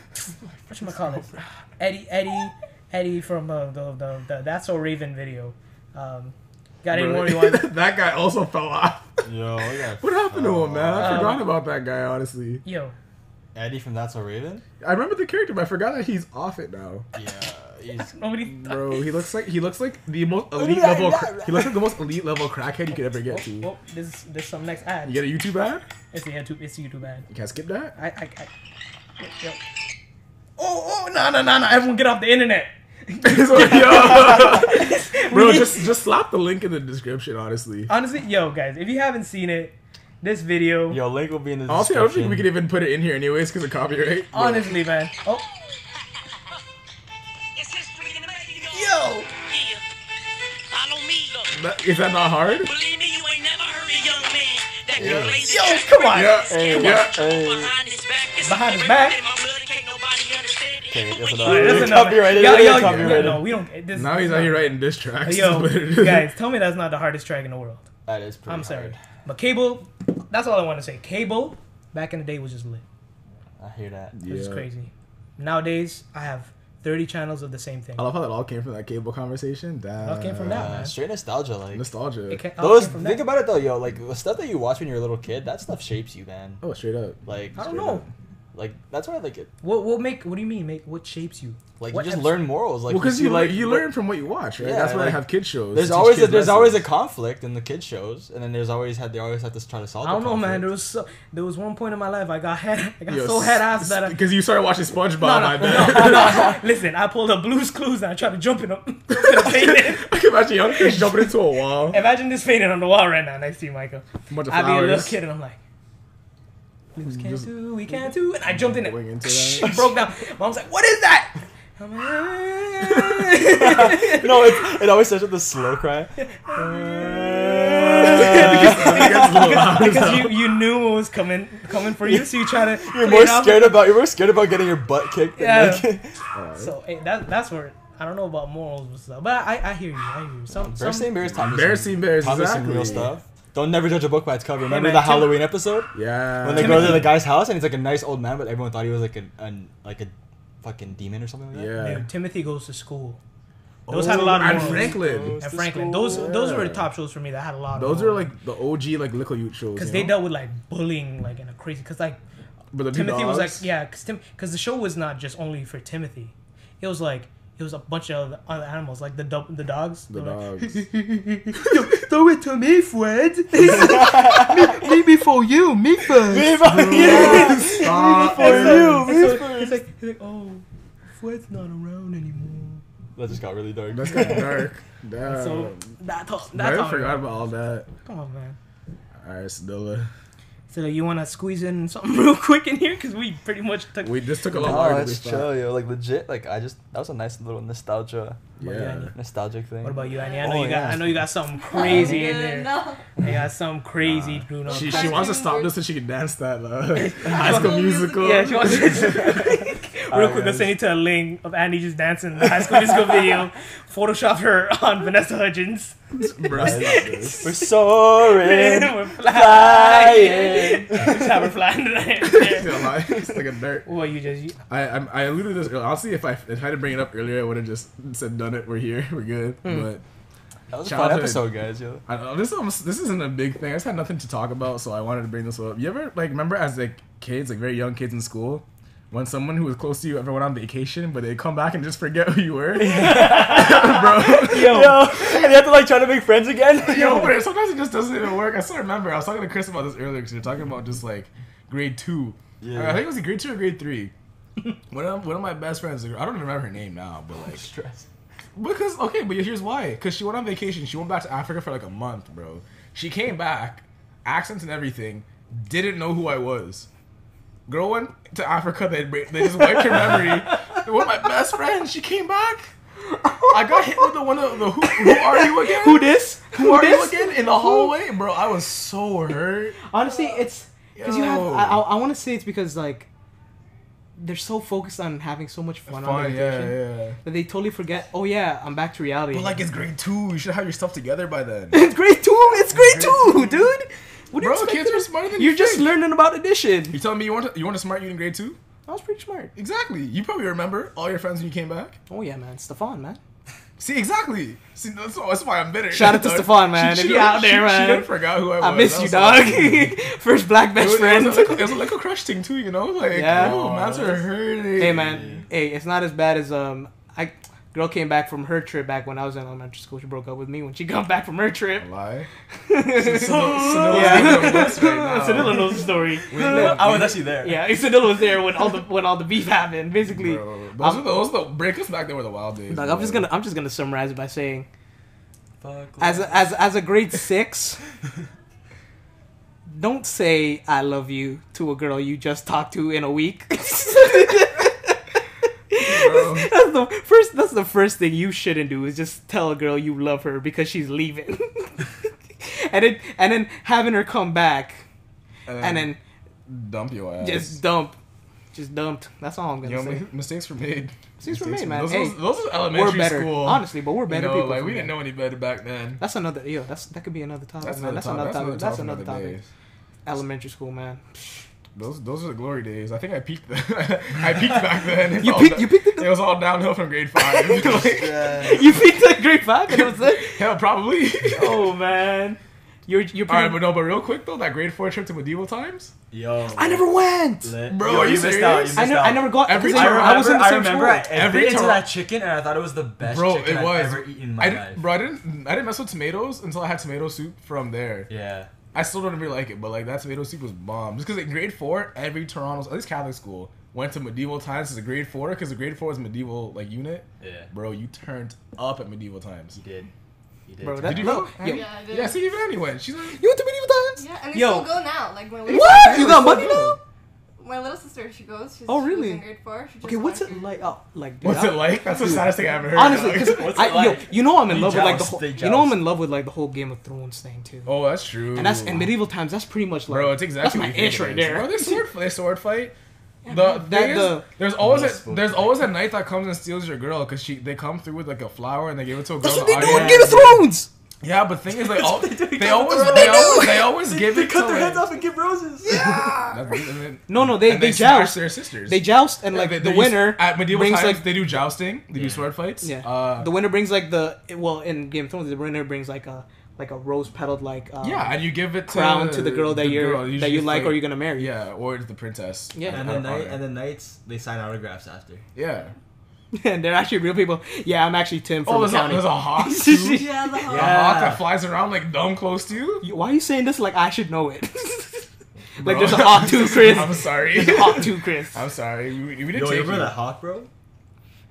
Speaker 2: What should I call it? Eddie, Eddie, Eddie from uh, the, the the That's So Raven video. Um, got any
Speaker 1: Bro,
Speaker 2: more you want?
Speaker 1: that guy also fell off.
Speaker 4: Yo, I got Uh,
Speaker 1: What happened to him, man? I
Speaker 2: Um,
Speaker 1: forgot about that guy. Honestly,
Speaker 2: Yo,
Speaker 4: Eddie from That's a Raven?
Speaker 1: I remember the character, but I forgot that he's off it now.
Speaker 4: Yeah. He's
Speaker 2: nobody.
Speaker 1: Bro, he looks like he looks like the most
Speaker 3: at
Speaker 1: elite
Speaker 3: that
Speaker 1: level.
Speaker 3: guy,
Speaker 1: cra-
Speaker 3: right?
Speaker 1: he looks like the most elite level crackhead you could ever get to.
Speaker 2: Oh, this this some next ad.
Speaker 1: You get a YouTube ad?
Speaker 2: It's a YouTube. It's a YouTube ad.
Speaker 1: You can't skip that.
Speaker 2: I I. I yo. Oh oh no no no no! Everyone get off the internet.
Speaker 1: So, yo. Bro,
Speaker 2: We-
Speaker 1: just just slap the link in the description. Honestly,
Speaker 2: honestly, yo guys, if you haven't seen it, this video.
Speaker 4: Yo, link will be in the
Speaker 1: honestly, I don't think we could
Speaker 4: description.
Speaker 1: even put it in here anyways because of copyright. but-
Speaker 2: Honestly, man. Oh,
Speaker 5: It's history in the making, y'all.
Speaker 2: yo.
Speaker 5: Yeah. Follow me. Look,
Speaker 1: That- is that not hard?
Speaker 5: believe me, you ain't never heard a young man that can play this
Speaker 2: Yo,
Speaker 5: act
Speaker 2: come on.
Speaker 1: Yeah,
Speaker 4: Hey,
Speaker 1: yeah.
Speaker 4: hey.
Speaker 5: Behind his back, it's
Speaker 2: Behind his back?
Speaker 5: in my blood, can't nobody understand it.
Speaker 4: Okay,
Speaker 5: But
Speaker 4: that's
Speaker 5: when
Speaker 4: enough.
Speaker 5: you-
Speaker 2: That's
Speaker 4: You're
Speaker 2: enough.
Speaker 4: copyrighted.
Speaker 2: Yo,
Speaker 4: You're
Speaker 2: yo,
Speaker 4: copyrighted.
Speaker 2: No, we don't. This,
Speaker 1: Now he's out here writing diss tracks.
Speaker 2: Yo,
Speaker 1: But it is-
Speaker 2: guys, tell me that's not the hardest track in the world.
Speaker 4: That is pretty
Speaker 2: I'm sorry,
Speaker 4: hard.
Speaker 2: but cable. That's all I want to say. Cable, back in the day, was just lit.
Speaker 4: I hear that.
Speaker 2: It was just
Speaker 1: Yeah.
Speaker 2: crazy. Nowadays, I have 30 channels of the same thing.
Speaker 1: I love how that all came from that cable conversation. Damn.
Speaker 2: all came from that,
Speaker 4: Uh,
Speaker 2: man.
Speaker 4: straight nostalgia, like.
Speaker 1: Nostalgia.
Speaker 2: It ca- all
Speaker 4: Those,
Speaker 2: came Oh, from
Speaker 4: think
Speaker 2: that.
Speaker 4: about it though, yo. Like the stuff that you watch when you're a little kid, that stuff shapes you, man.
Speaker 1: Oh, straight up.
Speaker 4: Like
Speaker 2: I don't know.
Speaker 4: Like that's why, like, it,
Speaker 2: What what make? What do you mean? Make what shapes you?
Speaker 4: like
Speaker 2: What
Speaker 4: you just
Speaker 2: eps-
Speaker 4: learn morals. Like
Speaker 1: Well, because you,
Speaker 4: like
Speaker 1: like you learn from what you watch, right?
Speaker 4: Yeah,
Speaker 1: That's why they
Speaker 4: like,
Speaker 1: have kid shows.
Speaker 4: There's
Speaker 1: to teach
Speaker 4: always a,
Speaker 1: kids
Speaker 4: there's always a
Speaker 1: lessons.
Speaker 4: conflict in the kid shows, and then there's always had they always have to try to solve.
Speaker 2: I don't
Speaker 4: the
Speaker 2: know, man. There
Speaker 4: conflict.
Speaker 2: was so, there was one point in my life I got head I got
Speaker 1: Yo,
Speaker 2: so head ass that I,
Speaker 1: because you started watching SpongeBob.
Speaker 2: no,
Speaker 1: I
Speaker 2: no,
Speaker 1: bet.
Speaker 2: no, no. Listen, I pulled up Blue's Clues and I tried to jump in them.
Speaker 1: I can imagine young kids jumping into a wall.
Speaker 2: Imagine this painting on the wall right now next to you, Michael.
Speaker 1: bunch of
Speaker 2: I'd be a little
Speaker 1: flowers.
Speaker 2: kid and I'm like,
Speaker 4: Mm,
Speaker 2: Blues can't do, we can't do. And I jumped in
Speaker 1: Going
Speaker 2: it.
Speaker 1: into that.
Speaker 2: It broke down. Mom's like, what is that? I'm "Ah." like,
Speaker 4: no, it, it always starts with a slow cry.
Speaker 2: because you, you knew what was coming coming for you, so you try to.
Speaker 4: You're
Speaker 2: play
Speaker 4: more
Speaker 2: it off.
Speaker 4: scared about you're more scared about getting your butt kicked. Than
Speaker 2: Yeah.
Speaker 4: like,
Speaker 2: So hey, that, that's where I don't know about morals and stuff, but I, I hear you. I hear you. Some, some,
Speaker 4: embarrassing bears, Thomas.
Speaker 1: Embarrassing bears,
Speaker 4: Thomas some
Speaker 1: exactly.
Speaker 4: real stuff. Don't never judge a book by its cover. Remember
Speaker 2: man,
Speaker 4: the
Speaker 2: Tim-
Speaker 4: Halloween episode
Speaker 1: Yeah.
Speaker 4: when they go to the guy's house and he's like a nice old man, but everyone thought he was like an, an like a fucking demon or something like that.
Speaker 1: Yeah.
Speaker 2: Dude, Timothy goes to school. Those had a lot of
Speaker 1: and
Speaker 2: morals.
Speaker 1: Oh, Franklin.
Speaker 2: And Franklin, those those were the top shows for me that had a lot. of
Speaker 1: Those are like the OG like liquor youth shows.
Speaker 2: because
Speaker 1: you
Speaker 2: they
Speaker 1: know?
Speaker 2: dealt with like bullying like in a crazy because like
Speaker 1: But the two
Speaker 2: Timothy was like
Speaker 1: dogs,
Speaker 2: yeah because Tim because the show was not just only for Timothy, it was like it was a bunch of other- other animals like the do- the dogs.
Speaker 1: The
Speaker 2: they were like,
Speaker 1: dogs.
Speaker 6: Throw it to me, Fred. me, me before you, me first.
Speaker 1: Stop.
Speaker 2: so, and so he's like he's like oh, Fred's not around anymore.
Speaker 4: That just got really dark.
Speaker 1: That's got dark. Damn.
Speaker 2: So that talk that
Speaker 1: Uh, I
Speaker 2: talk.
Speaker 1: forgot about all that.
Speaker 2: Come on, man.
Speaker 1: Alright, Sedilla.
Speaker 2: So like, you want to squeeze in something real quick in here because we pretty much took.
Speaker 1: We just took a lot
Speaker 7: Oh,
Speaker 1: longer to
Speaker 7: that's
Speaker 1: this time.
Speaker 7: chill, yo. Like legit, like I just that was a nice little nostalgia,
Speaker 1: Yeah.
Speaker 7: nostalgic thing.
Speaker 2: what about you, Annie? I know
Speaker 4: Oh,
Speaker 2: you got. I
Speaker 4: yeah.
Speaker 2: know you got something crazy in there.
Speaker 3: No.
Speaker 2: You got something crazy brewing up.
Speaker 1: She, she wants to stop this so she can dance that uh, high
Speaker 3: High
Speaker 1: school
Speaker 3: School
Speaker 1: musical.
Speaker 3: Musical.
Speaker 2: Yeah, she wants Real quick, let's
Speaker 4: guys.
Speaker 2: send you to a link of Andy just dancing in the high school musical video. Photoshop her on Vanessa Hudgens.
Speaker 1: Bro, stop this.
Speaker 7: We're soaring,
Speaker 2: We're
Speaker 7: flying.
Speaker 2: flying. Just have her flying in the air.
Speaker 1: Yeah, like, it's like a dirt.
Speaker 2: Well, you just you,
Speaker 1: I, I'm- I alluded to this. earlier. Honestly, if I if I had to bring it up earlier, I would have just said done it. We're here. We're good. But
Speaker 4: That was a fun
Speaker 1: Childhood.
Speaker 4: episode, guys. Yo.
Speaker 1: I don't know, this almost, this isn't a big thing. I just had nothing to talk about, so I wanted to bring this up. You ever like remember as like kids, like very young kids in school, when someone who was close to you ever went on vacation, but they come back and just forget who you were, bro?
Speaker 7: Yo, and you have to like try to make friends again.
Speaker 1: Yo, but sometimes it just doesn't even work. I still remember I was talking to Chris about this earlier because you're talking about just like grade two.
Speaker 4: Yeah.
Speaker 1: I think it was grade two or grade three. one of one of my best friends, I don't even remember her name now, but like
Speaker 4: Stress.
Speaker 1: Because okay, but here's why. Because she went on vacation. She went back to Africa for like a month, bro. She came back, accents and everything. Didn't know who I was. Girl went to Africa. They they just wiped her memory. One of my best friends. She came back. I got hit with the one of the who, who are you again?
Speaker 6: Who this?
Speaker 1: Who are you again? In the hallway, bro. I was so hurt.
Speaker 6: Honestly, it's because you have.
Speaker 1: Yo.
Speaker 6: I, I, I want to say it's because like they're so focused on having so much fun, on
Speaker 1: Fun,
Speaker 6: vacation
Speaker 1: yeah, yeah.
Speaker 6: that they totally forget. Oh yeah, I'm back to reality.
Speaker 1: But like it's grade two. You should have your stuff together by then.
Speaker 6: it's grade two. It's grade two, dude. What do you
Speaker 1: Bro,
Speaker 6: expect
Speaker 1: kids
Speaker 6: to-
Speaker 1: are smarter than you.
Speaker 6: You're just
Speaker 1: think.
Speaker 6: learning about addition.
Speaker 1: You telling me you want to, you want to smart you in grade two?
Speaker 6: I was pretty smart.
Speaker 1: Exactly. You probably remember all your friends when you came back.
Speaker 6: Oh yeah, man, Stefan, man.
Speaker 1: See, exactly. See, that's why, that's why I'm bitter.
Speaker 6: Shout out to Stefan, man. If you're out there,
Speaker 1: she,
Speaker 6: man.
Speaker 1: She done forgot who I was.
Speaker 6: I miss you,
Speaker 1: That was
Speaker 6: dog.
Speaker 1: so- It
Speaker 6: First black best
Speaker 1: was,
Speaker 6: friend.
Speaker 1: it, was a little, it was a little crush thing too, you know. Like,
Speaker 6: Yeah.
Speaker 1: oh, man's are hurting.
Speaker 6: hey, man. Hey, it's not as bad as um. I girl came back from her trip back when I was in elementary school. She broke up with me when she got back from her trip.
Speaker 1: Lie.
Speaker 6: Yeah.
Speaker 1: Um,
Speaker 2: it's a little knows the story.
Speaker 4: I was actually there.
Speaker 6: Yeah, Isadilla was there when all the when all the beef happened. Basically,
Speaker 1: Bro, those, are the, those are the breakups back there were the wild days.
Speaker 6: Like,
Speaker 1: bro.
Speaker 6: I'm just gonna I'm just gonna summarize it by saying,
Speaker 4: Fuck.
Speaker 6: as a, as as a grade six, don't say I love you to a girl you just talked to in a week.
Speaker 1: Bro.
Speaker 6: That's the first. That's the first thing you shouldn't do is just tell a girl you love her because she's leaving, and then and then having her come back and then
Speaker 1: dump your ass.
Speaker 6: just dump, just dumped. That's all I'm gonna
Speaker 1: you know,
Speaker 6: say.
Speaker 1: mi- mistakes were made.
Speaker 6: Mistakes were made, man.
Speaker 1: Those,
Speaker 6: Hey,
Speaker 1: those, those are
Speaker 6: we're
Speaker 1: elementary
Speaker 6: better,
Speaker 1: school.
Speaker 6: honestly, but we're
Speaker 1: you
Speaker 6: better
Speaker 1: know,
Speaker 6: people.
Speaker 1: like we
Speaker 6: from
Speaker 1: didn't
Speaker 6: that.
Speaker 1: know any better back then.
Speaker 6: That's another. Yo, that's that could be another topic.
Speaker 1: That's
Speaker 6: man.
Speaker 1: another topic. That's another
Speaker 6: That's
Speaker 1: topic.
Speaker 6: another
Speaker 1: another
Speaker 6: topic.
Speaker 1: day.
Speaker 6: Elementary school, man.
Speaker 1: Those those are the glory days. I think I peaked. The, I peaked back then. It's
Speaker 6: You
Speaker 1: all
Speaker 6: peaked-
Speaker 1: da-
Speaker 6: you peaked at the-
Speaker 1: It was all downhill from grade five. Like,
Speaker 7: Yeah.
Speaker 6: you picked like grade five, and it was like,
Speaker 1: hell, probably.
Speaker 6: oh man, you're you're.
Speaker 1: all
Speaker 6: Pretty,
Speaker 1: right, but no, but real quick though, that grade four trip to medieval times,
Speaker 4: Yo.
Speaker 6: I never went.
Speaker 4: Lit.
Speaker 1: Bro,
Speaker 4: Yo,
Speaker 1: are you
Speaker 4: missed
Speaker 1: serious?
Speaker 4: out. You missed
Speaker 6: I never,
Speaker 4: out.
Speaker 6: I never got.
Speaker 1: Every
Speaker 6: because
Speaker 1: time
Speaker 6: I, I was in the
Speaker 4: I
Speaker 6: same
Speaker 4: remember
Speaker 6: school.
Speaker 4: I, I
Speaker 1: Every
Speaker 4: bit into
Speaker 1: time-
Speaker 4: that chicken and I thought it was the best
Speaker 1: bro. It
Speaker 4: chicken I've
Speaker 1: was.
Speaker 4: ever eaten in
Speaker 1: I
Speaker 4: my
Speaker 1: didn't,
Speaker 4: life.
Speaker 1: bro, I didn't. I didn't mess with tomatoes until I had tomato soup from there.
Speaker 4: Yeah.
Speaker 1: I still don't really like it, but like that tomato soup was bomb. Just because in grade four, every Toronto's at least Catholic school went to medieval times as a grade four because the grade four was medieval like unit.
Speaker 4: Yeah.
Speaker 1: Bro, you turned up at medieval times.
Speaker 4: You did. You did.
Speaker 6: Bro, that,
Speaker 1: Did you
Speaker 6: no,
Speaker 1: go?
Speaker 6: yo,
Speaker 3: Yeah, I did.
Speaker 1: Yeah, see, even anyway, she's like,
Speaker 6: you went to medieval times.
Speaker 3: Yeah, and they still
Speaker 6: Yo.
Speaker 3: go now. Like my little,
Speaker 6: What? You got money now?
Speaker 3: my little sister, she goes. She's,
Speaker 6: Oh,
Speaker 3: she's
Speaker 6: really?
Speaker 3: in grade four. She just
Speaker 6: Okay, what's
Speaker 3: went
Speaker 6: it
Speaker 3: through-
Speaker 6: like? Oh, like dude,
Speaker 1: What's
Speaker 6: I-
Speaker 1: it like? That's the saddest thing I ever heard.
Speaker 6: Honestly,
Speaker 1: dog.
Speaker 6: because
Speaker 4: What's
Speaker 6: I
Speaker 4: it like?
Speaker 6: yo, you know I'm in
Speaker 4: They
Speaker 6: love with like the
Speaker 4: joust,
Speaker 6: whole,
Speaker 4: they
Speaker 6: you know I'm
Speaker 4: joust.
Speaker 6: in love with like the whole Game of Thrones thing too.
Speaker 1: oh, that's true.
Speaker 6: And that's in medieval times. That's pretty much like
Speaker 1: Bro, it's exactly
Speaker 6: that's
Speaker 1: what
Speaker 6: my
Speaker 1: you
Speaker 6: ish
Speaker 1: think it
Speaker 6: right
Speaker 1: is.
Speaker 6: there.
Speaker 1: Bro, there's sword, there's sword fight. The
Speaker 6: that-
Speaker 1: thing is,
Speaker 6: the-
Speaker 1: there's always a,
Speaker 4: Multiple.
Speaker 1: there's always a knight that comes and steals your girl because she they come through with like a flower and they give it to a girl.
Speaker 6: That's
Speaker 1: in
Speaker 6: what
Speaker 1: the
Speaker 6: they do in
Speaker 1: audience.
Speaker 6: Game of Thrones.
Speaker 1: Yeah, but thing is, like, all, they, always,
Speaker 8: That's what
Speaker 1: they,
Speaker 8: they
Speaker 1: always, they always give
Speaker 8: They
Speaker 1: it
Speaker 8: cut
Speaker 1: to
Speaker 8: their
Speaker 1: like,
Speaker 8: heads off and give roses.
Speaker 1: that's- and then-
Speaker 6: No, no, they-
Speaker 1: and
Speaker 6: they
Speaker 1: smash
Speaker 6: joust.
Speaker 1: their sisters.
Speaker 6: They joust and like
Speaker 1: they-
Speaker 6: the
Speaker 1: they used-
Speaker 6: winner
Speaker 1: at medieval
Speaker 6: brings
Speaker 1: times,
Speaker 6: like
Speaker 1: they do jousting, they do sword fights.
Speaker 6: yeah,
Speaker 1: uh,
Speaker 6: the winner brings like the well in Game of Thrones the winner brings like a like a rose petaled like um,
Speaker 1: yeah, and you give it to,
Speaker 6: crown to the girl that you're
Speaker 1: girl.
Speaker 6: that
Speaker 1: Usually
Speaker 6: you
Speaker 1: it's,
Speaker 6: like or you're gonna marry.
Speaker 1: yeah, or it's the princess.
Speaker 6: Yeah.
Speaker 1: Out
Speaker 4: And
Speaker 1: of
Speaker 4: the night,
Speaker 1: honor.
Speaker 4: and the knights, they sign autographs after.
Speaker 1: yeah.
Speaker 6: and they're actually real people. Yeah, I'm actually Tim
Speaker 1: Oh,
Speaker 6: from the
Speaker 1: there's a,
Speaker 6: county.
Speaker 1: there's a hawk too.
Speaker 3: Yeah, the hawk.
Speaker 1: A hawk that flies around like dumb close to you.
Speaker 6: You- Why are you saying this like I should know it? like
Speaker 1: Bro.
Speaker 6: there's a hawk too, Chris.
Speaker 1: I'm sorry.
Speaker 6: hawk too, Chris.
Speaker 1: I'm sorry. We, we didn't
Speaker 4: Yo,
Speaker 1: take
Speaker 4: remember
Speaker 1: you.
Speaker 4: the hawk, bro?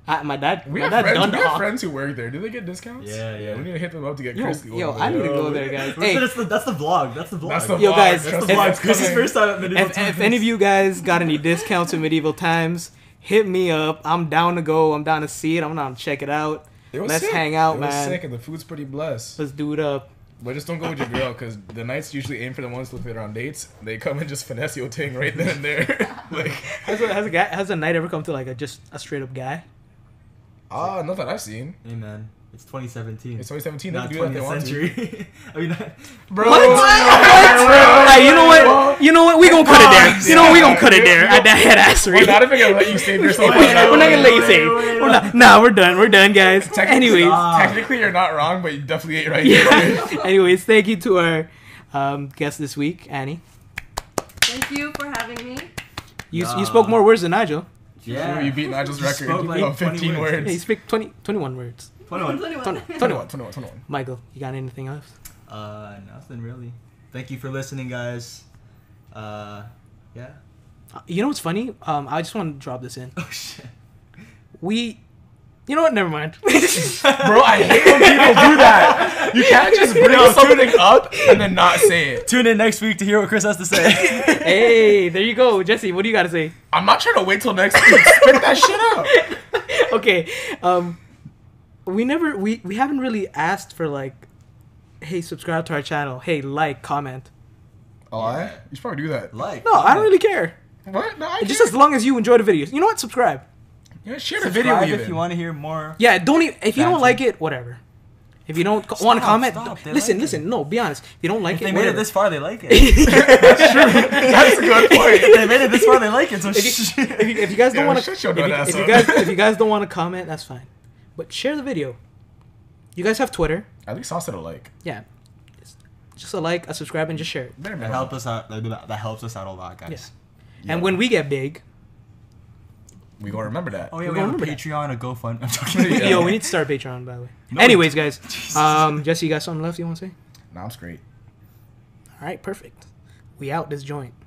Speaker 6: I, my dad,
Speaker 1: We
Speaker 6: my
Speaker 1: have,
Speaker 6: dad
Speaker 1: friends,
Speaker 6: done
Speaker 1: we
Speaker 6: the
Speaker 1: have
Speaker 6: hawk.
Speaker 1: friends who work there. Do they get discounts?
Speaker 4: Yeah, yeah.
Speaker 1: We need to hit them up to get
Speaker 6: Yo,
Speaker 1: Chris.
Speaker 6: yo, I need to go there, guys. Hey,
Speaker 4: That's, the, that's the vlog. That's the vlog.
Speaker 1: That's the
Speaker 6: Yo,
Speaker 1: vlog.
Speaker 6: guys,
Speaker 1: That's the
Speaker 6: if-
Speaker 1: vlog's
Speaker 4: Chris's
Speaker 1: coming.
Speaker 4: first time at medieval
Speaker 6: if, if any of you guys got any discounts in medieval times, hit me up. I'm down to go. I'm down to see it. I'm down to check it out.
Speaker 1: It was
Speaker 6: Let's
Speaker 1: sick.
Speaker 6: hang out,
Speaker 1: it
Speaker 6: man.
Speaker 1: Was sick, and the food's pretty blessed.
Speaker 6: Let's do it up.
Speaker 1: But just don't go with your girl, because the knights usually aim for the ones with later on dates. They come and just finesse your ting right then and there. like,
Speaker 6: Has a, has a guy has a knight ever come to like a just a straight up guy?
Speaker 1: ah, not that I've seen.
Speaker 4: Hey, man. It's 2017.
Speaker 1: It's 2017. They
Speaker 4: not
Speaker 1: can do that if they
Speaker 4: 20th
Speaker 1: want to.
Speaker 4: century. I mean,
Speaker 1: Bro,
Speaker 6: Like, you know what? You know what? We gonna cut it there. You know what? We gonna cut it there at that head
Speaker 1: we're
Speaker 6: assery.
Speaker 1: not even gonna let you save yourself.
Speaker 6: We're not gonna let you say. it. We're not. Nah, we're done. We're done, guys. Anyways,
Speaker 4: Ah,
Speaker 1: Technically, you're not wrong, but you definitely ate right here.
Speaker 6: yeah. Anyways, thank you to our um, guest this week, Annie.
Speaker 3: Thank you for having me.
Speaker 6: You
Speaker 4: Nah.
Speaker 6: you spoke more words than Nigel.
Speaker 4: yeah.
Speaker 1: You beat Nigel's
Speaker 4: Just
Speaker 1: record
Speaker 4: spoke like
Speaker 1: of 15
Speaker 4: 20
Speaker 1: words.
Speaker 4: words.
Speaker 6: Yeah, you speak 20, 21 words.
Speaker 4: 21.
Speaker 3: 21.
Speaker 1: 21, 21, 21.
Speaker 6: Michael, you got anything else?
Speaker 4: Uh, nothing really. Thank you for listening, guys. Uh, yeah.
Speaker 6: Uh, You know what's funny? Um, I just want to drop this in.
Speaker 4: Oh shit.
Speaker 6: We, you know what? Never mind.
Speaker 1: Bro, I hate when people do that. You can't just bring something up and then not say it.
Speaker 4: Tune in next week to hear what Chris has to say.
Speaker 6: hey, there you go, Jesse. What do you got to say?
Speaker 1: I'm not trying to wait till next week. Spit that shit out.
Speaker 6: okay. Um, we never we we haven't really asked for like, hey, subscribe to our channel. Hey, like, comment.
Speaker 1: Oh, I? You should probably do that.
Speaker 4: like.
Speaker 6: No, I don't really care.
Speaker 1: What? No, I
Speaker 6: Just as long as you enjoy the videos. You know what? Subscribe.
Speaker 1: yeah, share the
Speaker 4: Video
Speaker 1: video even.
Speaker 4: if you want to hear more.
Speaker 6: Yeah. Don't even, if you don't
Speaker 4: Gotcha.
Speaker 6: like it, whatever. If you don't want to comment,
Speaker 4: stop,
Speaker 6: don't-
Speaker 4: they
Speaker 6: listen,
Speaker 4: like it.
Speaker 6: listen. No, be honest. If you don't like
Speaker 4: If
Speaker 6: it,
Speaker 4: they made
Speaker 6: whatever.
Speaker 4: it this far, they like it. if
Speaker 1: That's a good point.
Speaker 4: they made it this far, they like it. So sh-
Speaker 6: if, you, if you guys don't
Speaker 1: Yeah,
Speaker 6: want to,
Speaker 1: shut
Speaker 6: if,
Speaker 1: your
Speaker 6: you-
Speaker 1: dumb ass
Speaker 6: if you
Speaker 1: up.
Speaker 6: guys if you guys don't want to comment, that's fine. But share the video. You guys have Twitter,
Speaker 1: At least I'll set a like.
Speaker 6: yeah. Just- Just a like, a subscribe, and just share it.
Speaker 1: There,
Speaker 4: that helps us out. That that helps us out a lot, guys.
Speaker 6: Yes. And when we get big,
Speaker 1: We gonna remember that.
Speaker 4: Oh yeah,
Speaker 6: We
Speaker 4: we have a
Speaker 6: remember that.
Speaker 4: Patreon, a GoFund. I'm joking.
Speaker 1: Yeah.
Speaker 6: yo, we need to start Patreon, by the way. Anyways, guys, um, Jesse, you got something left you want to say?
Speaker 1: Nah, I'm straight.
Speaker 6: All right, perfect. We out this joint.